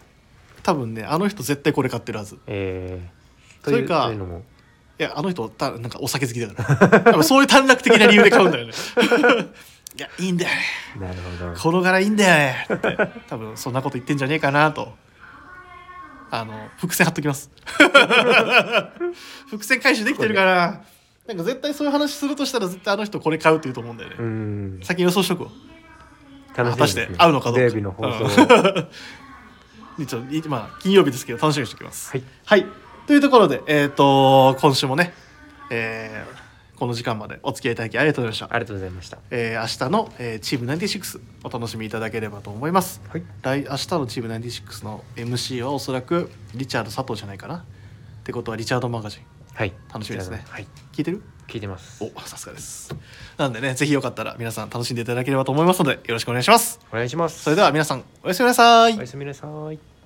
Speaker 3: 多分ねあの人絶対これ買ってるはずい
Speaker 1: えー、
Speaker 3: それか
Speaker 1: というというのも
Speaker 3: やあの人たなんかお酒好きだから やっぱそういう短絡的な理由で買うんだよね いやいいんだよね
Speaker 1: なるほど
Speaker 3: この柄いいんだよねって多分そんなこと言ってんじゃねえかなとあの伏線貼っときます 伏線回収できてるからなんか絶対そういう話するとしたら絶対あの人これ買うって言うと思うんだよね、
Speaker 1: うん
Speaker 3: 先に予想しとくわ
Speaker 1: 楽
Speaker 3: 果た
Speaker 1: し
Speaker 3: し
Speaker 1: みで
Speaker 3: て
Speaker 1: す、ね、
Speaker 3: 合うのかどうか
Speaker 1: テレビの放送を、
Speaker 3: うん一応いまあ金 曜日ですけど楽しみにしておきます
Speaker 1: はい
Speaker 3: はい。というところで、えっ、と、今週もね、えーこの時間までお付き合いいただきありがとうございまし
Speaker 1: あ
Speaker 3: た。
Speaker 1: りがとうございました
Speaker 3: えー明日の、えーチーム96お楽しみいただければと思います。
Speaker 1: はい
Speaker 3: 来明日のチーム96の MC はおそらくリチャード佐藤じゃないかな。ってことはリチャードマガジン。
Speaker 1: はい
Speaker 3: 楽しみですね
Speaker 1: はい
Speaker 3: 聞いてる
Speaker 1: 聞いてます
Speaker 3: お、さすがです。なんでね、ぜひよかったら皆さん楽しんでいただければと思いますので、よろしくお願いします。
Speaker 1: お願いします
Speaker 3: それでは皆さん、おやすみなさい
Speaker 1: おや。すみなさい